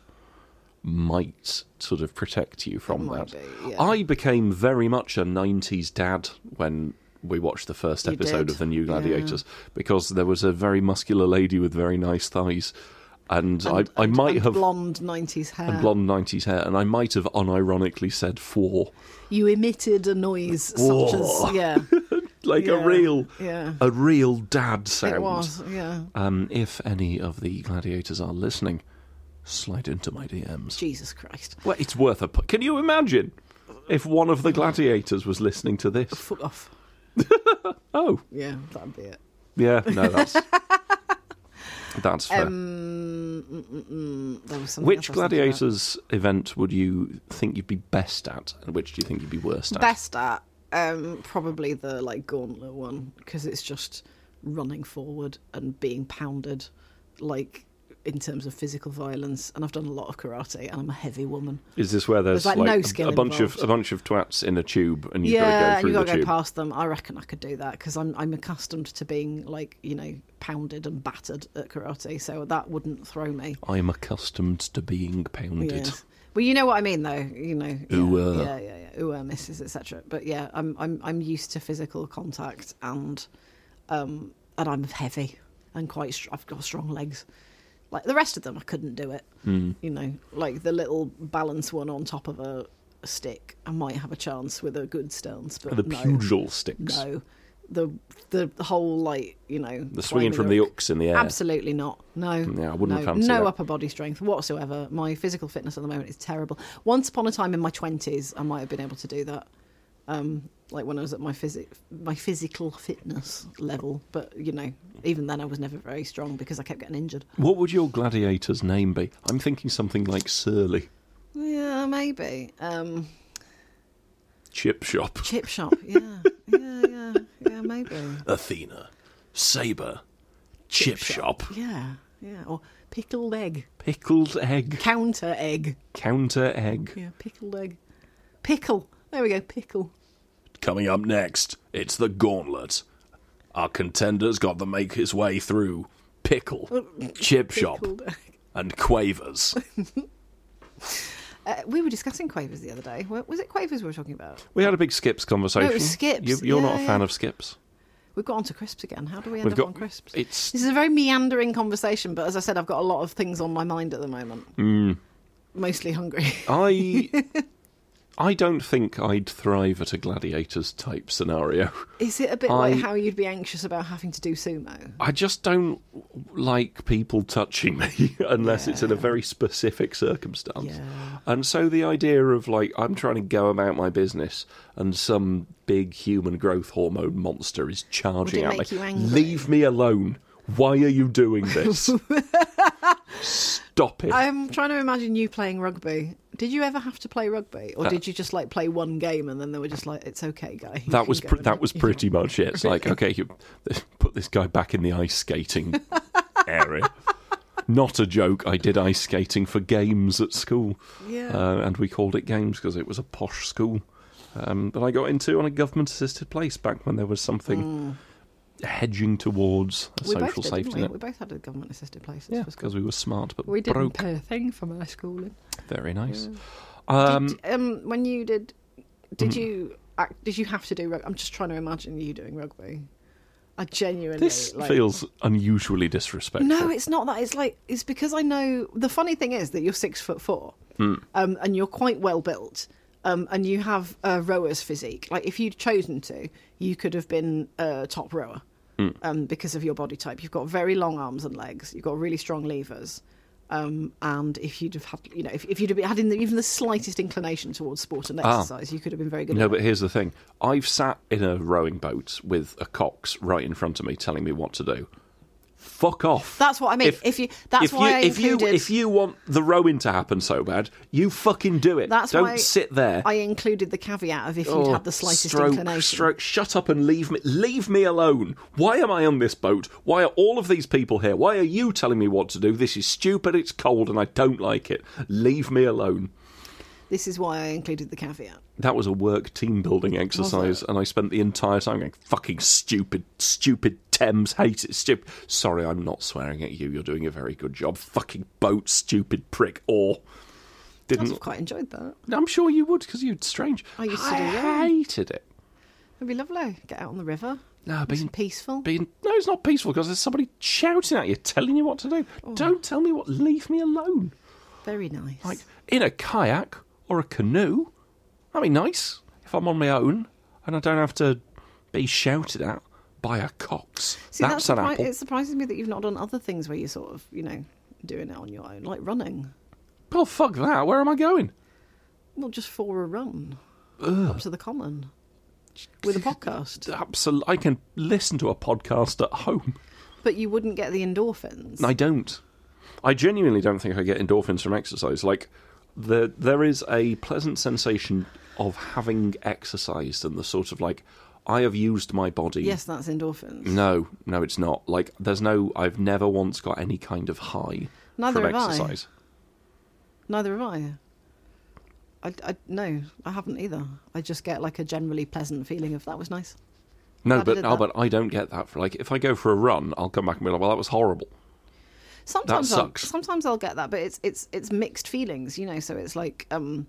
might sort of protect you from might that. be, yeah. I became very much a '90s dad when we watched the first You episode did? of the New Yeah. Gladiators because there was a very muscular lady with very nice thighs, and, And- I I and- might and have. blonde nineties hair. and blonde 90s hair, and I might have unironically said four. You emitted a noise such Whoa. as yeah, *laughs* like a Yeah, real Oh, yeah. a real dad sound. it was yeah. Um, if any of the gladiators are listening, slide into my DMs. Jesus Christ, Well, it's worth a. pu- Can you imagine if one of the gladiators was listening to this? foot off. Oh, Yeah, that'd be it. yeah, no, *laughs* that's that's fair. Um, mm, mm, mm, there was something which else I was thinking about. gladiators event would you think you'd be best at, and which do you think you'd be worst at? best at um probably the like gauntlet one because it's just running forward and being pounded like in terms of physical violence, and I've done a lot of karate, and I'm a heavy woman. Is this where there's, There's, like, no a- skill a bunch involved. of a bunch of twats in a tube, and you've yeah, got to go and through you got the to go tube? past them. I reckon I could do that because I'm I'm accustomed to being like you know pounded and battered at karate, so that wouldn't throw me. I'm accustomed to being pounded. Yes. Well, you know what I mean, though. You know, yeah, Ooh-ah. yeah, yeah, yeah. Ooh, uh, misses, etc. But yeah, I'm I'm I'm used to physical contact, and um, and I'm heavy and quite. Str- I've got strong legs. Like the rest of them, I couldn't do it. Hmm. You know, like the little balance one on top of a, a stick, I might have a chance with a good stance, but The no, pugil sticks. no, the the whole like you know The swinging from the ox. hooks in the air. Absolutely not. No. Yeah, I wouldn't no, fancy No that. upper body strength whatsoever. My physical fitness at the moment is terrible. Once upon a time in my twenties, I might have been able to do that. Um, like when I was at my physic, my physical fitness level. But you know, even then, I was never very strong because I kept getting injured. What would your gladiator's name be? I'm thinking something like Surly. Yeah, maybe. Um, Chip Shop. chip shop. Yeah, yeah, yeah, yeah. Maybe. Athena. Sabre. Chip, Shop. Yeah, yeah. Or pickled egg, Pickled egg. counter egg. Counter egg. Yeah, pickled egg, pickle. There we go, pickle. Coming up next, it's the gauntlet. Our contender's got to make his way through Pickle, Chip Shop, Pickled egg. and *laughs* Quavers. Uh, we were discussing Quavers the other day. Wa- Was it Quavers we were talking about? We had a big skips conversation. Skips, You, you're not yeah, a fan yeah. of skips. We've got onto crisps again. How do we end We've up got- e- on crisps? *laughs* it's- this is a very meandering conversation, but as I said, I've got a lot of things on my mind at the moment. Mm. Mostly hungry. *laughs* I. I don't think I'd thrive at a gladiators type scenario. Is it a bit I- like how you'd be anxious about having to do sumo? I just don't like people touching me *laughs* unless it's in a very specific circumstance. Yeah. And so the idea of like I'm trying to go about my business and some big human growth hormone monster is charging Would it make at me. you angry? Leave me alone. Why are you doing *laughs* this? Stop it. I'm trying to imagine you playing rugby. Did you ever have to play rugby, or Uh, did you just like play one game and then they were just like, "It's okay, guy." you that can was go pr- and that was you pretty much it. It's like okay, you put this guy back in the ice skating *laughs* area. Not a joke. I did ice skating for games at school, Yeah. uh, and we called it games because it was a posh school um, that I got into on a government-assisted place back when there was something hedging towards a Hmm. We both social did, didn't safety we? net. we both had a government assisted places. Yeah, for school. because we were smart but We didn't broke. pay a thing from our schooling. Very nice. Um, Mm. did, um, when you did, did you act, did you have to do? rug- I'm just trying to imagine you doing rugby. I genuinely this like, feels unusually disrespectful. No, it's not that. It's like it's because I know the funny thing is that you're six foot four, Hmm. um, and you're quite well built, um, and you have a rower's physique. Like if you'd chosen to, you could have been a top rower Hmm. um, because of your body type. You've got very long arms and legs. You've got really strong levers. Um, and if you'd have had, you know, if, if you'd have had in the, even the slightest inclination towards sport and Ah. exercise, you could have been very good. No, at but it. here's the thing. I've sat in a rowing boat with a cox right in front of me telling me what to do. Fuck off. That's what I mean. If you- that's why I if you included- if you want the rowing to happen so bad, you fucking do it. That's Don't why sit there. I included the caveat of if you'd Oh, had the slightest stroke, inclination. Stroke, shut up and leave me leave me alone. Why am I on this boat? Why are all of these people here? Why are you telling me what to do? This is stupid, it's cold and I don't like it. Leave me alone. This is why I included the caveat. that was a work team building exercise, and I spent the entire time going, "Fucking stupid, stupid Thames, hate it, stupid." Sorry, I'm not swearing at you. You're doing a very good job. Fucking boat, stupid prick. Or I've didn't? quite enjoyed that. I'm sure you would because you're strange. I used to do I that. hated it. It'd be lovely. Get out on the river. No, Nice being and peaceful. Being, no, it's not peaceful because there's somebody shouting at you, telling you what to do. Oh. Don't tell me what. Leave me alone. Very nice. Like in a kayak or a canoe, that'd be nice if I'm on my own and I don't have to be shouted at by a cox. See, that's, an surpri- apple. It surprises me that you've not done other things where you're sort of, you know, doing it on your own, like running. Well, fuck that. Where am I going? Well, just for a run up to the common *laughs* with a podcast. Absolutely, I can listen to a podcast *laughs* at home. But you wouldn't get the endorphins. I don't. I genuinely don't think I get endorphins from exercise. Like, the, there is a pleasant sensation of having exercised and the sort of like, I have used my body. yes, that's endorphins. No, no, it's not. Like, there's no. I've never once got any kind of high Neither from have I. exercise. Neither have I. I, I no, I haven't either. I just get like a generally pleasant feeling of that was nice. Glad No, I but did that. Albert, I don't get that. For like, if I go for a run, I'll come back and be like, "Well, that was horrible." Sometimes I'll, sucks. sometimes I'll get that, but it's it's it's mixed feelings, you know. So it's like um,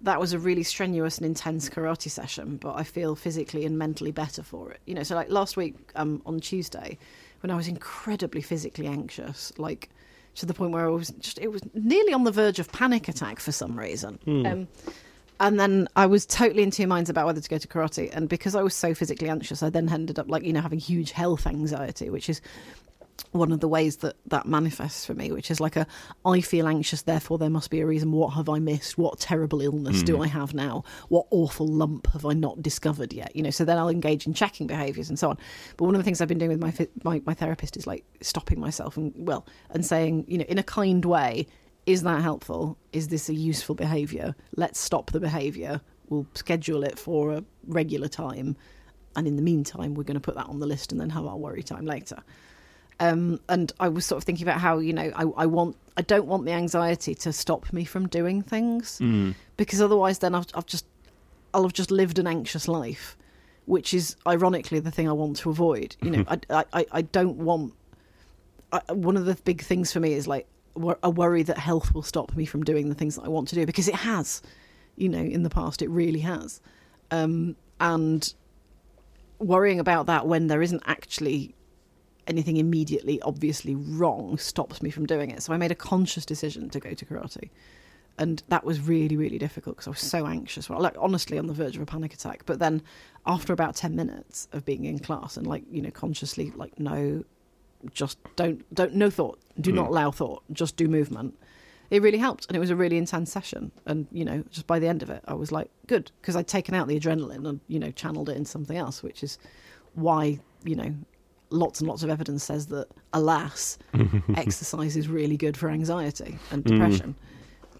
that was a really strenuous and intense karate session, but I feel physically and mentally better for it, you know. So like last week um, on Tuesday, when I was incredibly physically anxious, like to the point where I was just it was nearly on the verge of panic attack for some reason. Um, and then I was totally in two minds about whether to go to karate, and because I was so physically anxious, I then ended up like you know having huge health anxiety, which is one of the ways that that manifests for me, which is like a I feel anxious, therefore there must be a reason. What have I missed? What terrible illness do I have now? What awful lump have I not discovered yet? You know, so then I'll engage in checking behaviours and so on. But one of the things I've been doing with my phy- my, my therapist is like stopping myself and well and saying, you know, in a kind way, is that helpful? Is this a useful behaviour? Let's stop the behaviour. We'll schedule it for a regular time. And in the meantime, we're going to put that on the list and then have our worry time later um, and I was sort of thinking about how you know I, I want I don't want the anxiety to stop me from doing things because otherwise then I've, I've just I'll have just lived an anxious life, which is ironically the thing I want to avoid. You know, I, I- I I don't want I, one of the big things for me is like wor- a worry that health will stop me from doing the things that I want to do because it has, you know, in the past it really has, um, and worrying about that when there isn't actually anything immediately obviously wrong stops me from doing it. So I made a conscious decision to go to karate. And that was really, really difficult because I was so anxious. Well, like honestly, on the verge of a panic attack. But then, after about ten minutes of being in class and like you know consciously like no, just don't don't no thought, do not allow thought, just do movement. It really helped, and it was a really intense session. And you know, just by the end of it, I was like good because I'd taken out the adrenaline and you know channeled it in something else, which is why you know lots and lots of evidence says that alas exercise is really good for anxiety and depression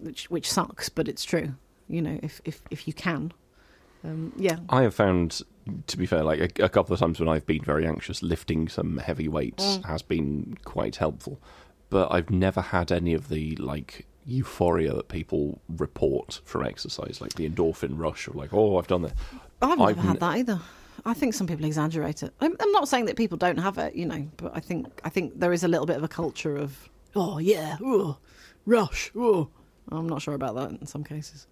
which which sucks but it's true you know if if, if you can um, yeah I have found, to be fair, like a, a couple of times when I've been very anxious, lifting some heavy weights Mm. has been quite helpful. But I've never had any of the like euphoria that people report from exercise, like the endorphin rush of like, oh, I've done this. I've never I've had n- that either. I think some people exaggerate it. I'm, I'm not saying that people don't have it, you know, but I think I think there is a little bit of a culture of oh yeah, ooh, rush. Ooh. I'm not sure about that in some cases.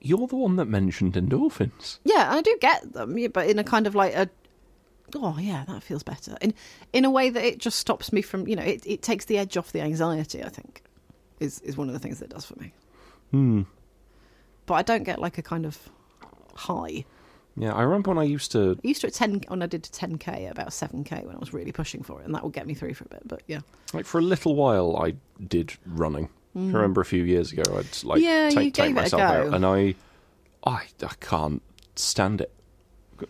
You're the one that mentioned endorphins. Yeah, I do get them, yeah, but in a kind of like a oh yeah, that feels better. In in a way that it just stops me from you know it, it takes the edge off the anxiety. I think is is one of the things that it does for me. Hmm. But I don't get like a kind of high. Yeah, I remember when I used to I used to at ten when I did ten k about seven k when I was really pushing for it, and that would get me through for a bit. But yeah, Like for a little while, I did running. I remember a few years ago, I'd like Mm. Yeah, you take, take gave it a myself go. out, and I, I, I can't stand it.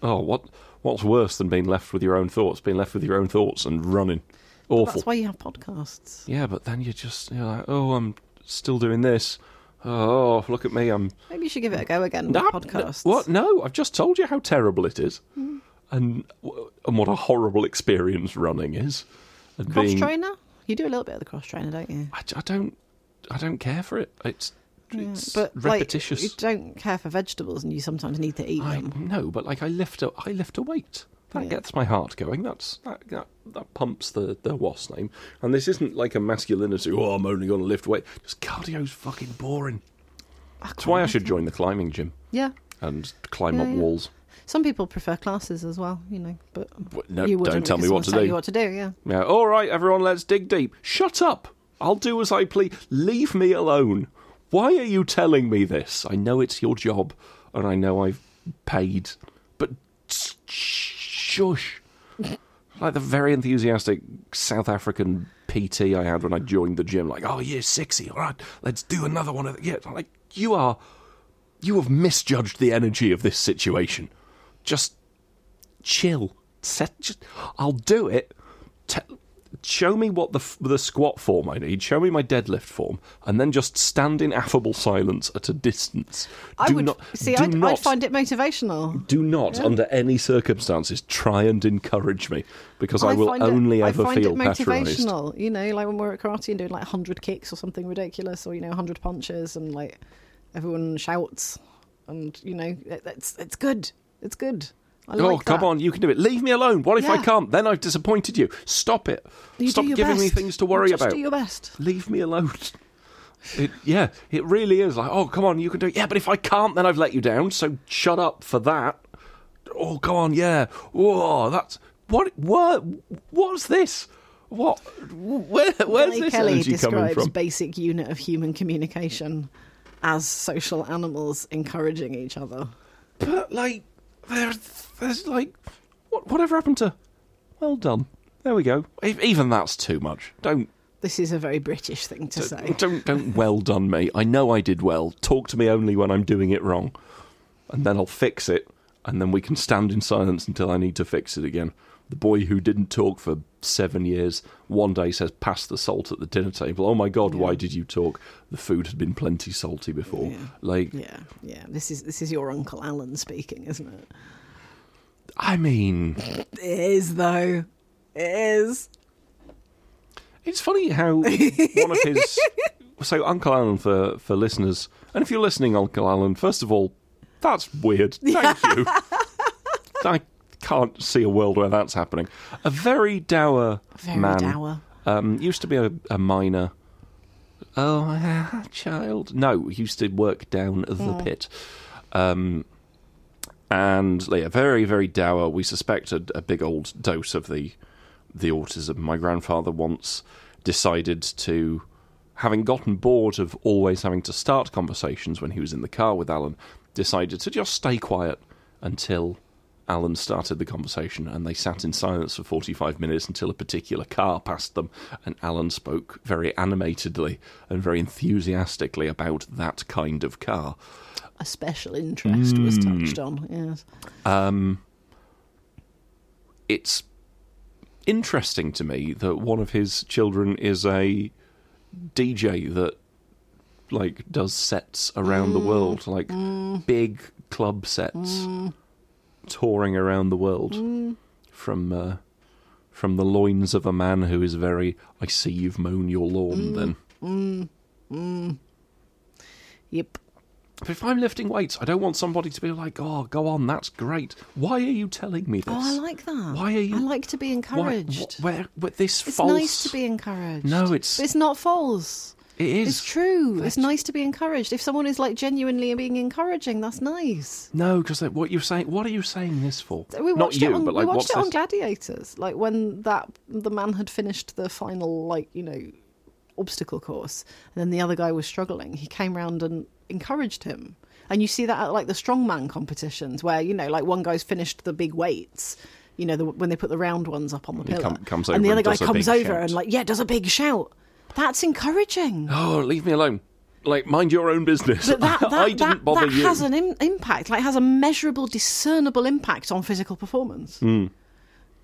Oh, what what's worse than being left with your own thoughts? Being left with your own thoughts and running, awful. that's why you have podcasts. yeah, but then you're just you're like, oh, I'm still doing this. Oh, look at me, I'm Maybe you should give it a go again with no, podcasts. Mm. No, what? No, I've just told you how terrible it is, and and what a horrible experience running is. And cross being- trainer? You do a little bit of the cross trainer, don't you? I, I don't I don't care for it. It's Yeah, it's Mm, but repetitious. Like, you don't care for vegetables, and you sometimes need to eat I them. no, but like I lift a I lift a weight. That Yeah. gets my heart going. That's that, that that pumps the the wasp name. And this isn't like a masculinity. Oh, I'm only going to lift weight. Just cardio's fucking boring. That's why I should join the climbing gym Yeah. and climb Mm. Yeah, up yeah. walls. Some people prefer classes as well, you know, but But no, you don't wouldn't tell me because what someone's to telling do. you what to do, yeah. Yeah. All right, everyone, let's dig deep. Shut up. I'll do as I please. Leave me alone. Why are you telling me this? I know it's your job, and I know I've paid, but s- shush. Like the very enthusiastic South African PT I had when I joined the gym, like, oh, you're sexy. All right, let's do another one of the. Yeah, like, you are. You have misjudged the energy of this situation. Just chill. Set, just, I'll do it. Te- show me what the f- the squat form I need. Show me my deadlift form, and then just stand in affable silence at a distance. I do would not see. do I'd, not, I'd find it motivational. do not, under any circumstances, try and encourage me because I, will find only it, ever I find feel it patronised. motivational. You know, like when we're at karate and doing like hundred kicks or something ridiculous, or you know, hundred punches, and like everyone shouts, and you know, it, it's it's good. It's good. I Oh, like come that. on, you can do it. Leave me alone. What if I Yeah. can't? Then I've disappointed you. Stop it. You do Stop your giving me best. things to worry Just about. Do your best. Leave me alone. It, yeah, it really is like, oh, come on, you can do it. Yeah, but if I can't, then I've let you down. So shut up for that. Oh, come on, yeah. Whoa, that's what? What? What's this? What? Where? Where's Billy this Kelly energy coming describes from? basic unit of human communication as social animals encouraging each other. But like, there, there's like, what, whatever happened to? Well done. There we go. E- Even that's too much. Don't This is a very British thing to say. don't don't well done me. I know I did well. Talk to me only when I'm doing it wrong, and then I'll fix it, and then we can stand in silence until I need to fix it again. The boy who didn't talk for seven years one day says, "Pass the salt at the dinner table." Oh my God, why did you talk? The food had been plenty salty before. Yeah. Like, Yeah, yeah. This is this is your uncle Alan speaking, isn't it? I mean. It is though. It is. It's funny how one of *laughs* his so Uncle Alan for for listeners, and if you're listening, Uncle Alan, first of all, that's weird. Thank you. I can't see a world where that's happening. A very dour Very man. dour. Um, used to be a, a miner. Oh, ah, child. No, he used to work down the Hmm. pit. Um, and yeah, very, very dour. We suspect a, a big old dose of the the autism. My grandfather once decided to, having gotten bored of always having to start conversations when he was in the car with Alan, decided to just stay quiet until Alan started the conversation, and they sat in silence for 45 minutes until a particular car passed them, and Alan spoke very animatedly and very enthusiastically about that kind of car. A special interest was touched on. Yes. it's interesting to me that one of his children is a DJ that like does sets around the Mm, world, like big club sets, Mm. touring around the world from uh, from the loins of a man who is very. I see you've mown your Mm. lawn. Then, Yep. but if I'm lifting weights, I don't want somebody to be like, "Oh, go on, that's great." Why are you telling me this? Oh, I like that. Why are you- I like to be encouraged. Why, wh- where, where, this it's false. nice to be encouraged. No, it's- But it's not false. It is It's true. It's nice to be encouraged. If someone is like genuinely being encouraging, that's nice. No, because what you're saying, what are you saying this for? We watched Not you, it on, but we like watched what's it on this? Gladiators, like when that the man had finished the final, like you know, obstacle course, and then the other guy was struggling. He came round and encouraged him, and you see that at like the strongman competitions, where you know, like one guy's finished the big weights. You know, the, when they put the round ones up on the he pillar, come- comes and the over other and guy does a comes big over shout. and like, yeah, does a big shout. That's encouraging. Oh, leave me alone. Like mind your own business. But that, that, *laughs* I didn't that, bother that you. has an Im- impact, like has a measurable, discernible impact on physical performance. Hmm.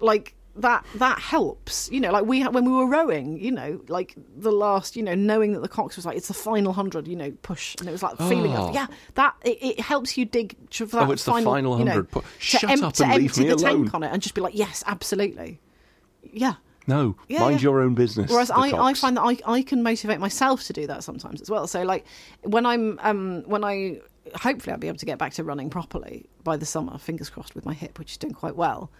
Like that, that helps. You know, like we ha- when we were rowing, you know, like the last, you know, knowing that the cox was like it's the final hundred, you know, push, and it was like the feeling Oh. of yeah, that it, it helps you dig to that Oh, it's the final, final you know, 100 pu- to Shut em- up to and leave empty me the alone. tank on it and just be like, yes, absolutely, yeah. No, Yeah, mind yeah. your own business. Whereas the I, I cocks. *laughs* find that I, I can motivate myself to do that sometimes as well. So like when I'm um when I hopefully I'll be able to get back to running properly by the summer, fingers crossed with my hip, which is doing quite well.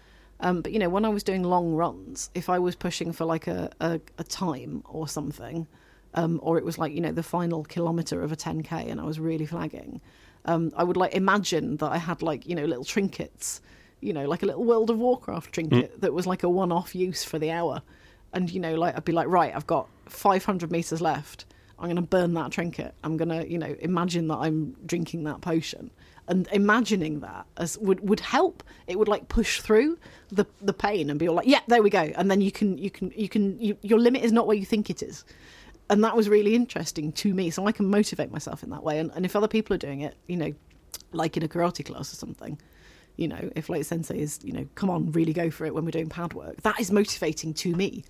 Um, but you know, when I was doing long runs, if I was pushing for like a, a, a time or something, um, or it was like, you know, the final kilometre of a ten K and I was really flagging, um, I would like imagine that I had like, you know, little trinkets. You know, like a little World of Warcraft trinket that was like a one off use for the hour and you know like i'd be like right i've got 500 meters left i'm going to burn that trinket i'm going to you know imagine that i'm drinking that potion and imagining that as would would help it would like push through the the pain and be all like yeah there we go and then you can you can you can you, your limit is not where you think it is and that was really interesting to me so i can motivate myself in that way and, and if other people are doing it you know like in a karate class or something you know if like sensei is you know come on really go for it when we're doing pad work that is motivating to me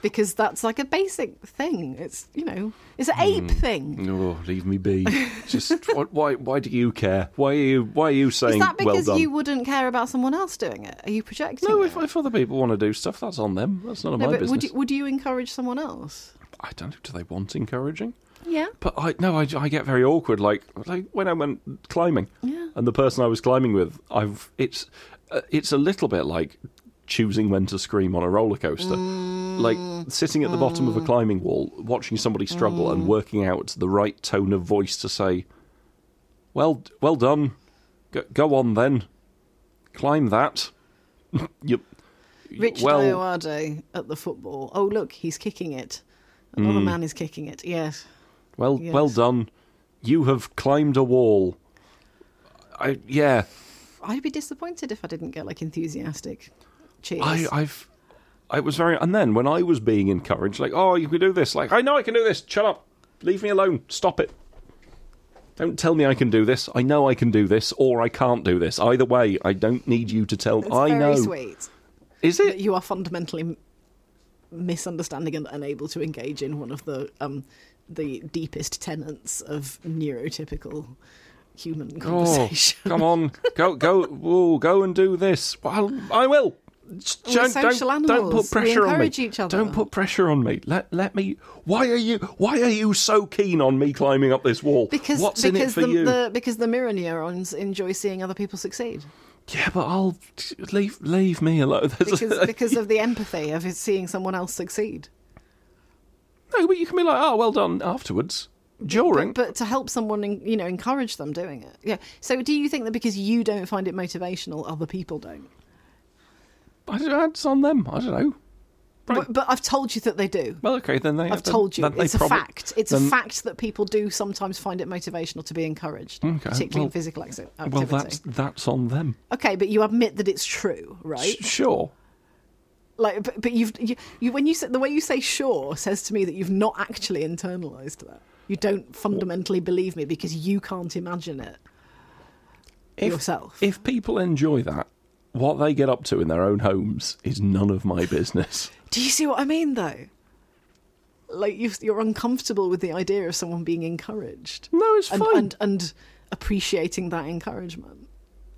because that's like a basic thing. It's you know, it's an ape thing. Oh, leave me be. Just what, why? Why do you care? Why are you? Why are you Is saying? that because well done? you wouldn't care about someone else doing it? Are you projecting? No, it? if, if other people want to do stuff, that's on them. That's none of no, my but business. would you, would you encourage someone else? I don't know. Do they want encouraging? Yeah. But I no, I, I get very awkward. Like like when I went climbing, Yeah. and the person I was climbing with, I've it's uh, it's a little bit like choosing when to scream on a roller coaster. Mm. Like sitting at the bottom of a climbing wall, watching somebody struggle, Mm. and working out the right tone of voice to say, "Well, well done, go, go on then, climb that." *laughs* you, Rich well, Diawade at the football. Oh look, he's kicking it. Another Hmm. man is kicking it. Yes. Well, Yes. well done. You have climbed a wall. I yeah. I'd be disappointed if I didn't get like enthusiastic cheers. I I've I was very and then when I was being encouraged, like, oh, you can do this. Like, I know I can do this. Shut up. Leave me alone. Stop it. Don't tell me I can do this. I know I can do this, or I can't do this. Either way, I don't need you to tell. it's I very know. sweet. Is that it? you are fundamentally m- misunderstanding and unable to engage in one of the um, the deepest tenets of neurotypical human Oh, conversation. come on, go, go, whoa, go and do this. Well, I will. Just We're Don't, social don't, don't animals. put We pressure on me. encourage each other. Don't put pressure on me. Let let me. Why are you? Why are you so keen on me climbing up this wall? *laughs* Because what's in it because for the, you? the because the mirror neurons enjoy seeing other people *laughs* succeed Yeah, but I'll leave leave me alone. *laughs* There's a- because because of the empathy of seeing someone else succeed. no, but you can be like, oh, well done afterwards. During, But to help someone, en- you know, encourage them doing it. Yeah. So do you think that because you don't find it motivational, other people don't? I don't know, it's on them. I don't know. Right. But, but I've told you that they do. Well, okay, then they. I've then- told you, then they it's a probably- fact. It's a then- fact that people do sometimes find it motivational to be encouraged, Okay, particularly well- in physical acti- activity. Well, that's that's on them. Okay, but you admit that it's true, right? S- sure. Like, but, but you've you, you when you say the way you say "sure" says to me that you've not actually internalized that. You don't fundamentally believe me because you can't imagine it If- yourself. If people enjoy that, what they get up to in their own homes is none *laughs* of my business. Do you see what I mean, though? Like you, you're uncomfortable with the idea of someone being encouraged. No, it's and, fine. and and appreciating that encouragement,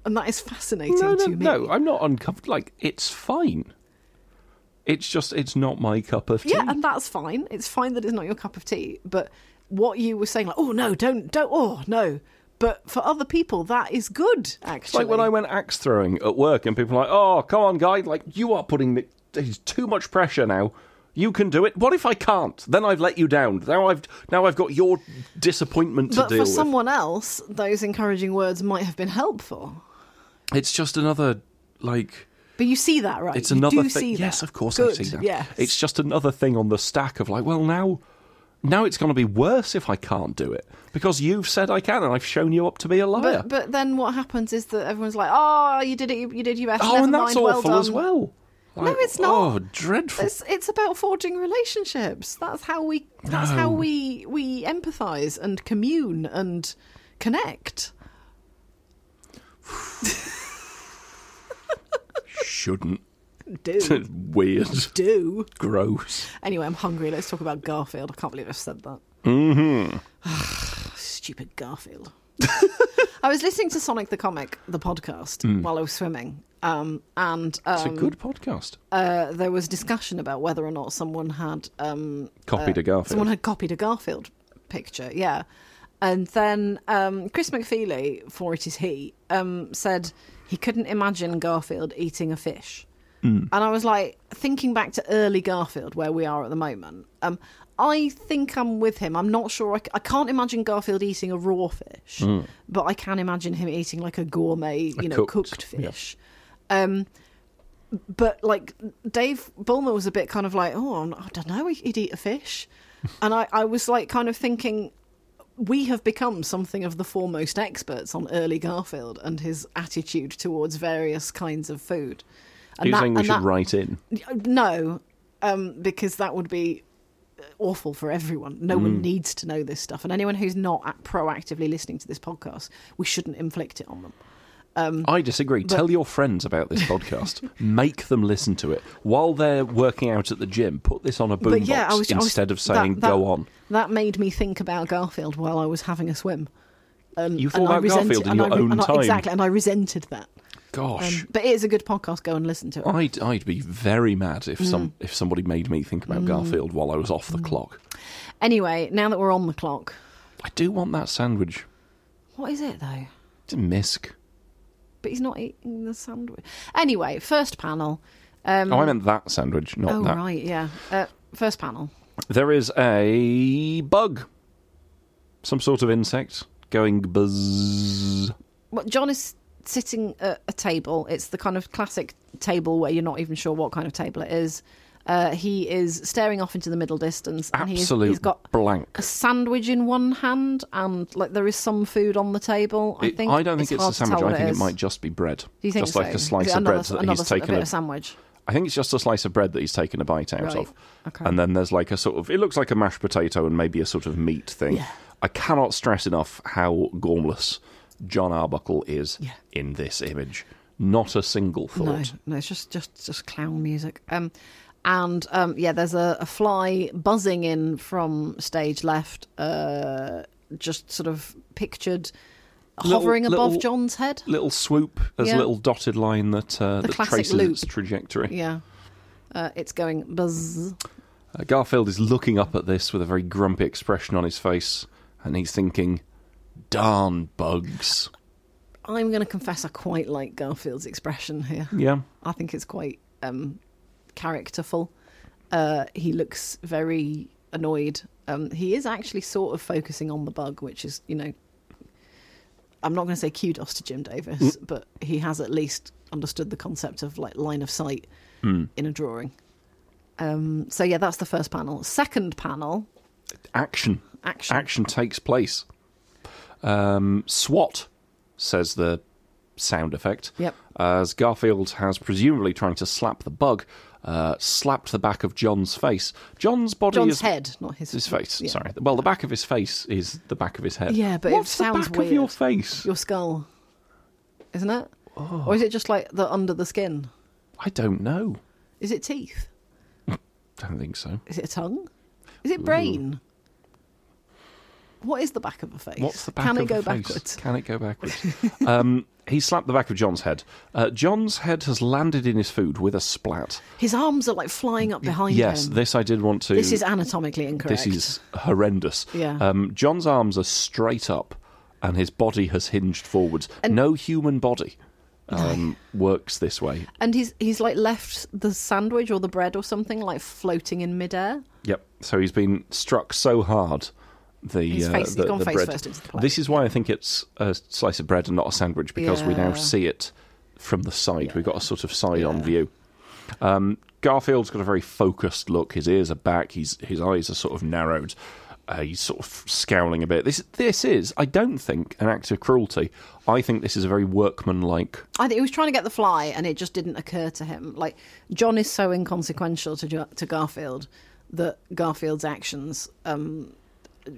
and that is fascinating no, no, to me. no. I'm not uncomfortable. Like it's fine. It's just it's not my cup of tea. yeah, and that's fine. It's fine that it's not your cup of tea. But what you were saying, like, oh no, don't, don't, oh no. But for other people, that is good. Actually, It's like when I went axe throwing at work, and people are like, "Oh, come on, guy! Like you are putting the, there's too much pressure now. You can do it. What if I can't? Then I've let you down. Now I've now I've got your disappointment to But deal for with. someone else, those encouraging words might have been helpful. It's just another like But you see that, right? it's You another do thing. see that. Yes, of course Good. I see that. Yes. It's just another thing on the stack of like, well, now now it's going to be worse if I can't do it because you've said I can, and I've shown you up to be a liar. But, but then what happens is that everyone's like, "Oh, you did it! You, you did your best." oh, Never and that's mind, well awful done. as well. Like, it's not. Oh, dreadful. It's it's about forging relationships. That's how we that's No. how we we empathize and commune and connect. Shouldn't. *laughs* Do Weird. do. Gross. Anyway, I'm hungry. Let's talk about Garfield. I can't believe I've said that. Mm-hmm. *sighs* Stupid Garfield. I was listening to Sonic the Comic, the podcast, while I was swimming, um, and um, Mm. It's a good podcast. uh, there was discussion about whether or not someone had um, Copied a Garfield. Someone had copied a Garfield picture, yeah. And then um, Chris McFeely, for it is he, um, said he couldn't imagine Garfield eating a fish. And I was like, thinking back to early Garfield, where we are at the moment, um, I think I'm with him. I'm not sure. I, c- I can't imagine Garfield eating a raw fish, Hmm. Mm. but I can imagine him eating like a gourmet, you know, cooked, cooked yeah. fish. Um, but like Dave Bulmer was a bit kind of like, oh, I don't know, he'd eat a *laughs* fish, and I, I was like kind of thinking, we have become something of the foremost experts on early Garfield and his attitude towards various kinds of food. And Are you that- saying we and should that- write in? No, um, because that would be awful for everyone. No Mm. one needs to know this stuff, and anyone who's not act- proactively listening to this podcast, we shouldn't inflict it on them. I disagree. Tell your friends about *laughs* this podcast. Make them listen to it while they're working out at the gym. Put this on a but boombox yeah, I was I was- instead of that- saying that- "go on." That made me think about Garfield while I was having a swim. um, And, You thought and I about resented- Garfield in and I your re- own and I- time. Exactly, and I resented that. Gosh, Um, but it is a good podcast. Go and listen to it. I'd I'd be very mad if Mm. some if somebody made me think about Garfield while I was off the clock. Anyway, now that we're on the clock, I do want that sandwich. what is it though? It's a misc. But he's not eating the sandwich. Anyway, first panel. Um, Oh, I meant that sandwich, not oh that. right, yeah. Uh, first panel. There is a bug, some sort of insect going buzz. Well, John is sitting at a table. It's the kind of classic table where you're not even sure what kind of table it is. Uh, he is staring off into the middle distance, and he's, Absolute he's got blank. a sandwich in one hand, and like there is some food on the table. I It- think don't think it's, hard a to sandwich. tell I what think it, is. might just be bread. Do you think just so? like a Is it slice of another, bread that another he's sort of taken. bit A, of sandwich. I think it's just a slice of bread that he's taken a bite out Right. of. Okay. And then there's like a sort of it looks like a mashed potato and maybe a sort of meat thing. Yeah. I cannot stress enough how gormless John Arbuckle is Yeah. in this image. Not a single thought. No, no, it's just just just clown music. Um, and um, yeah, there's a, a fly buzzing in from stage left, uh, just sort of pictured Little- hovering above little- John's head. Little swoop, there's Yeah. a little dotted line that uh, The that classic traces loop. its trajectory. Yeah, uh, it's going buzz. Uh, Garfield is looking up at this with a very grumpy expression on his face, and he's thinking, "Darn bugs." I'm going to confess, I quite like Garfield's expression here. Yeah. I think it's quite um, characterful. Uh, he looks very annoyed. Um, he is actually sort of focusing on the bug, which is, you know, I'm not going to say kudos to Jim Davis, but he has at least understood the concept of like line of sight in a drawing. Um, so yeah, that's the first panel. Second panel, Action. action. Action takes place. Um, SWAT says the sound effect. Yep. As Garfield has presumably trying to slap the bug, uh, slapped the back of John's face. John's body John's is head, not his His face. yeah. Sorry. Well, the back of his face is the back of his head. Yeah, but it What's sounds the back of your weird. face? Your skull, isn't it? Or is it just like the under the skin? I don't know. Is it teeth? Don't think so. Is it a tongue? Is it brain? What is the back of a face? What's the back Can of it go the face? backwards? Can it go backwards? um, *laughs* he slapped the back of John's head. Uh, John's head has landed in his food with a splat. His arms are like flying up behind Yes, him. this I did want to. this is anatomically incorrect. this is horrendous. Yeah. Um, John's arms are straight up, and his body has hinged forwards. no human body um, works this way. and he's he's like left the sandwich or the bread or something like floating in midair. Yep. So he's been struck so hard. The, His uh, face- he's the, gone the face bread. first into the plate. This is why I think it's a slice of bread and not a sandwich because we now Yeah. see it from the side. We've got a sort of side on Yeah. view. Um, Garfield's got a very focused look. His ears are back. He's his eyes are sort of narrowed. Uh, he's sort of scowling a bit. This this is, I don't think, an act of cruelty. I think this is a very workmanlike. I think he was trying to get the fly, and it just didn't occur to him. Like John is so inconsequential to Jo- to Garfield that Garfield's actions, um,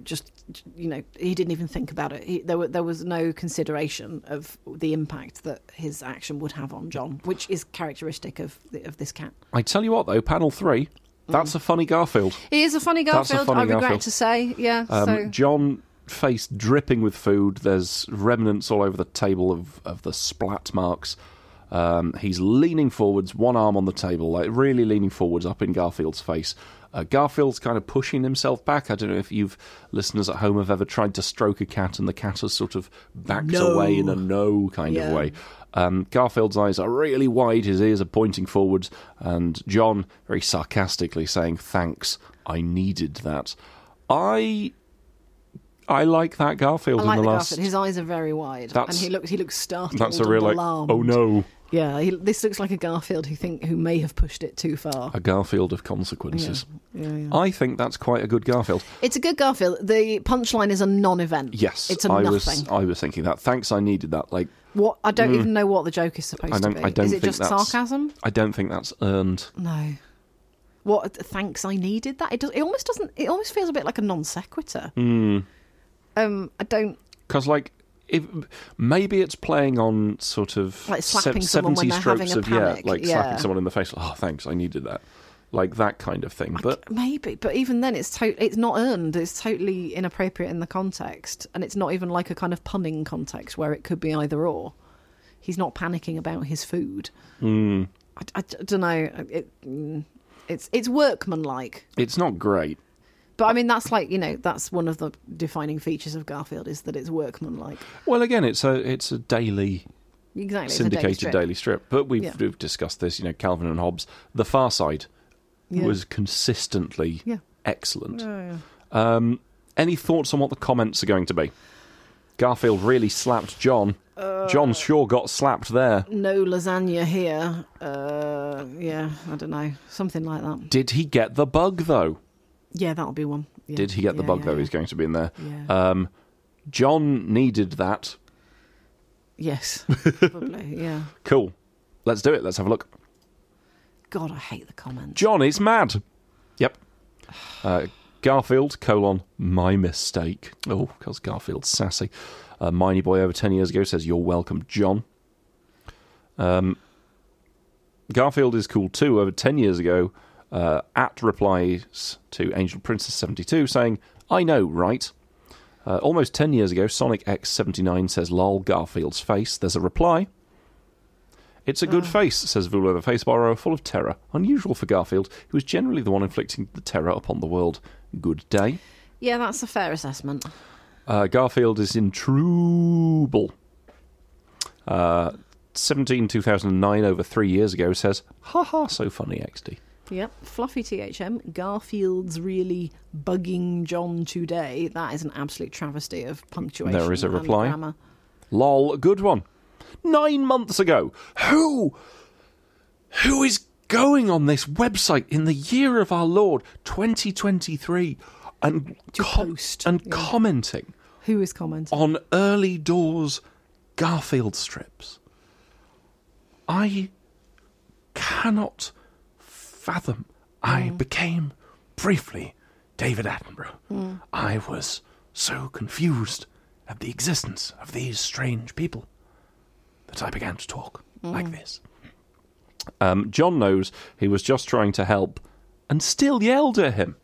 just you know, he didn't even think about it. He, there, were, there was no consideration of the impact that his action would have on John, which is characteristic of the, of this cat. I tell you what, though, panel three, that's Mm. a funny Garfield. He is a funny That's a Garfield. funny I regret Garfield. to say, yeah. Um, so John face dripping with food. There's remnants all over the table of, of the splat marks. Um, he's leaning forwards, one arm on the table, like really leaning forwards up in Garfield's face. Uh, Garfield's kind of pushing himself back. I don't know if you've listeners at home have ever tried to stroke a cat and the cat has sort of backed No. away in a no kind Yeah. of way. Um, Garfield's eyes are really wide, his ears are pointing forwards, and John very sarcastically saying, "Thanks, I needed that." I I like that Garfield I like in the the last. Garfield. His eyes are very wide, and That's- he looks he looks startled. that's a and real like, alarmed. oh no, Yeah, he, this looks like a Garfield who think who may have pushed it too far. a Garfield of consequences. Yeah, yeah. I think that's quite a good Garfield. It's a good Garfield. The punchline is a non-event. Yes, it's a I nothing. was I was thinking that. Thanks, I needed that. Like What I don't even know what the joke is supposed I to don't be. I don't is it think just that's sarcasm? I don't think that's earned. No. What? Thanks, I needed that. It does. It almost Hmm. doesn't. It almost feels a bit like a non sequitur. Um, I don't. Because like if, maybe it's playing on sort of Like slapping someone when seventy they're strokes having of a yeah, panic, like yeah. slapping someone in the face. Oh, thanks, I needed that, like that kind of thing. But Maybe, but even then, it's to- it's not earned. It's totally inappropriate in the context, and it's not even like a kind of punning context where it could be either or. He's not panicking about his food. Hmm. I, don't know. It, mm, it's it's workmanlike, it's not great. but I mean that's like you know that's one of the defining features of Garfield is that it's workmanlike. Well, again, it's a it's a daily Exactly, it's a daily syndicated strip. daily strip. But we've, Yeah. we've discussed this, you know, Calvin and Hobbes. The Far Side Yeah. was consistently Yeah. excellent. Yeah, yeah. Um, any thoughts on what the comments are going to be? Garfield really slapped John. Uh. John sure got slapped there. No lasagna here. Uh, yeah, I don't know, something like that. Did he get the bug though? Yeah, that'll be one. Yeah, Did he get the yeah, bug yeah, though? yeah. He's going to be in there. Yeah. Um, John needed that. *laughs* Yes, probably. Yeah. Cool. Let's do it. Let's have a look. God, I hate the comments. John is mad. Yep. Uh, Garfield, colon, my mistake. Oh, because Garfield's sassy. Uh, Miney Boy over 10 years ago says, You're welcome, John. Um, Garfield is cool too over 10 years ago. Uh, at replies to Angel Princess 72 saying, I know, right? Uh, almost 10 years ago, Sonic X79 says, Lol, Garfield's face. There's a reply. It's a good Hmm. face, says Vula the Face Borrower, full of terror. Unusual for Garfield, who was generally the one inflicting the terror upon the world. Good day. Yeah, that's a fair assessment. Uh, Garfield is in trouble. Uh, 17 2009, over three years ago, says, Ha ha, so funny, XD. Yep. Fluffy THM, Garfield's really bugging John today. That is an absolute travesty of punctuation. There is a and reply. grammar. Lol, good one. Nine months ago. Who? Who is going on this website in the year of our Lord 2023 and, To com- post, and yeah. commenting Who is commenting? on early doors Garfield strips? I cannot fathom. I became briefly David Attenborough. I was so confused at the existence of these strange people that I began to talk like this. Um, John knows he was just trying to help and still yelled at him.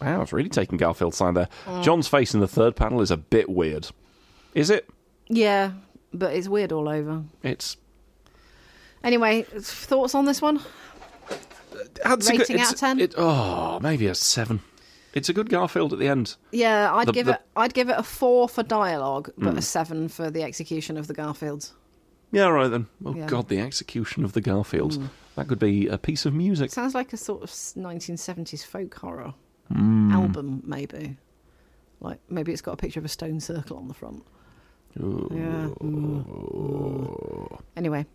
Wow, it's really taking Garfield's side there. Mm. John's face in the third panel is a bit weird. Is it? Yeah, but it's weird all over. It's Anyway, thoughts on this one? That's a Rating good, out it's- of 10? It, oh, maybe a seven. It's a good Garfield at the end. Yeah, I'd The- give the- Hmm. it. I'd give it a four for dialogue, but a seven for the execution of the Garfields. Yeah, all right then. Oh Yeah. Mm. God, the execution of the Garfield. That could be a piece of music. Sounds like a sort of 1970s folk horror Hmm. album, maybe. Like maybe it's got a picture of a stone circle on the front. Yeah. Mm. Mm. Anyway,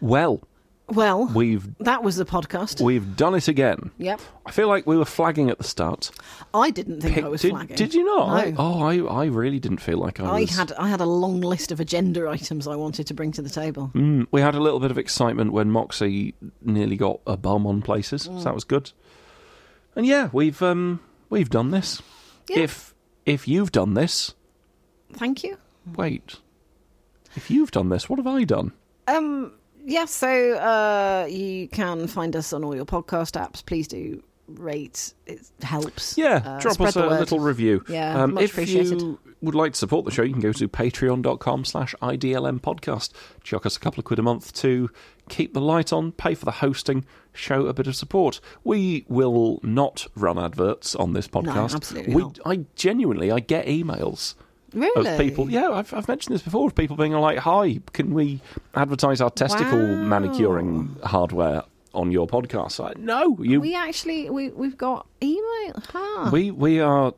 Well, well, we've that was the podcast. we've done it again. yep, I feel like we were flagging at the start. I didn't think Pick- I was did, flagging. did you not? I- No. oh, I, I really didn't feel like I, I was. had I had a long list of agenda items I wanted to bring to the table. Mm, we had a little bit of excitement when Moxie nearly got a bum on places, so Mm. that was good. And yeah, we've um, we've done this. Yeah. If if you've done this, Thank you. wait. If you've done this, what have I done? Um, yeah, so uh, you can find us on all your podcast apps. Please do rate; it helps. Yeah, Uh, drop spread us the a word. little review. Yeah, Um, much Um, if appreciated. you would like to support the show, you can go to patreon.com slash IDLM podcast. Chuck us a couple of quid a month to keep the light on, pay for the hosting, show a bit of support. We will not run adverts on this podcast. absolutely we, not. I genuinely, I get emails. Really? Of people, yeah, I've, I've mentioned this before. Of people being like, "Hi, can we advertise our testicle Wow. manicuring hardware on your podcast?" Like, no, you We actually we we've got email huh, we we are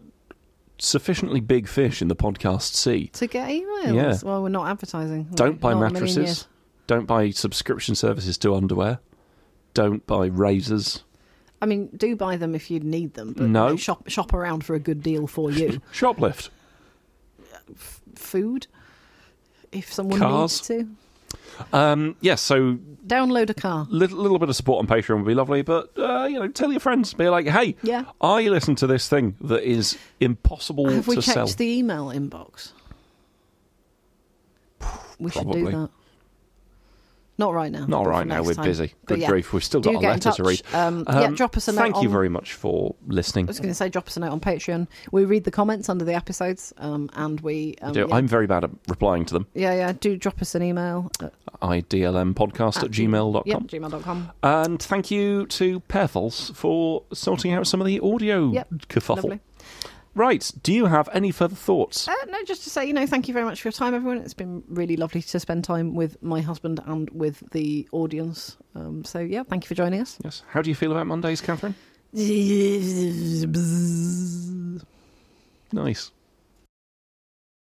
sufficiently big fish in the podcast sea. to get emails. Yeah. Well, we're not advertising. Don't Like, buy not a million mattresses. years. Don't buy subscription services to underwear. Don't buy razors. I mean, do buy them if you need them, but No. you know, shop shop around for a good deal for *laughs* you. Shoplift. Food, if someone Cars. needs to. Um, yes, so Download a car. little, little bit of support on Patreon would be lovely, but uh, you know, tell your friends. Be like, hey, Yeah. I listen to this thing that is impossible Have we to checked sell. the email inbox? We should Probably. do that. Not right now. Not but right for now. next We're time. busy. But Good yeah, grief. We've still do got a get in letter to touch. read. Um, yeah, Um, drop us a note. Thank you on- very much for listening. I was going to say, drop us a note on Patreon. We read the comments under the episodes, um, and we. Um, Do- yeah. I'm very bad at replying to them. yeah, yeah. Do drop us an email. At, idlmpodcast at gmail.com. Ah, yep, gmail.com. And thank you to Perfals for sorting out some of the audio Yep, kerfuffle. Lovely. Right. Do you have any further thoughts? Uh, no, just to say, you know, thank you very much for your time, everyone. It's been really lovely to spend time with my husband and with the audience. Um, so, yeah, thank you for joining us. yes. How do you feel about Mondays, Catherine? Nice.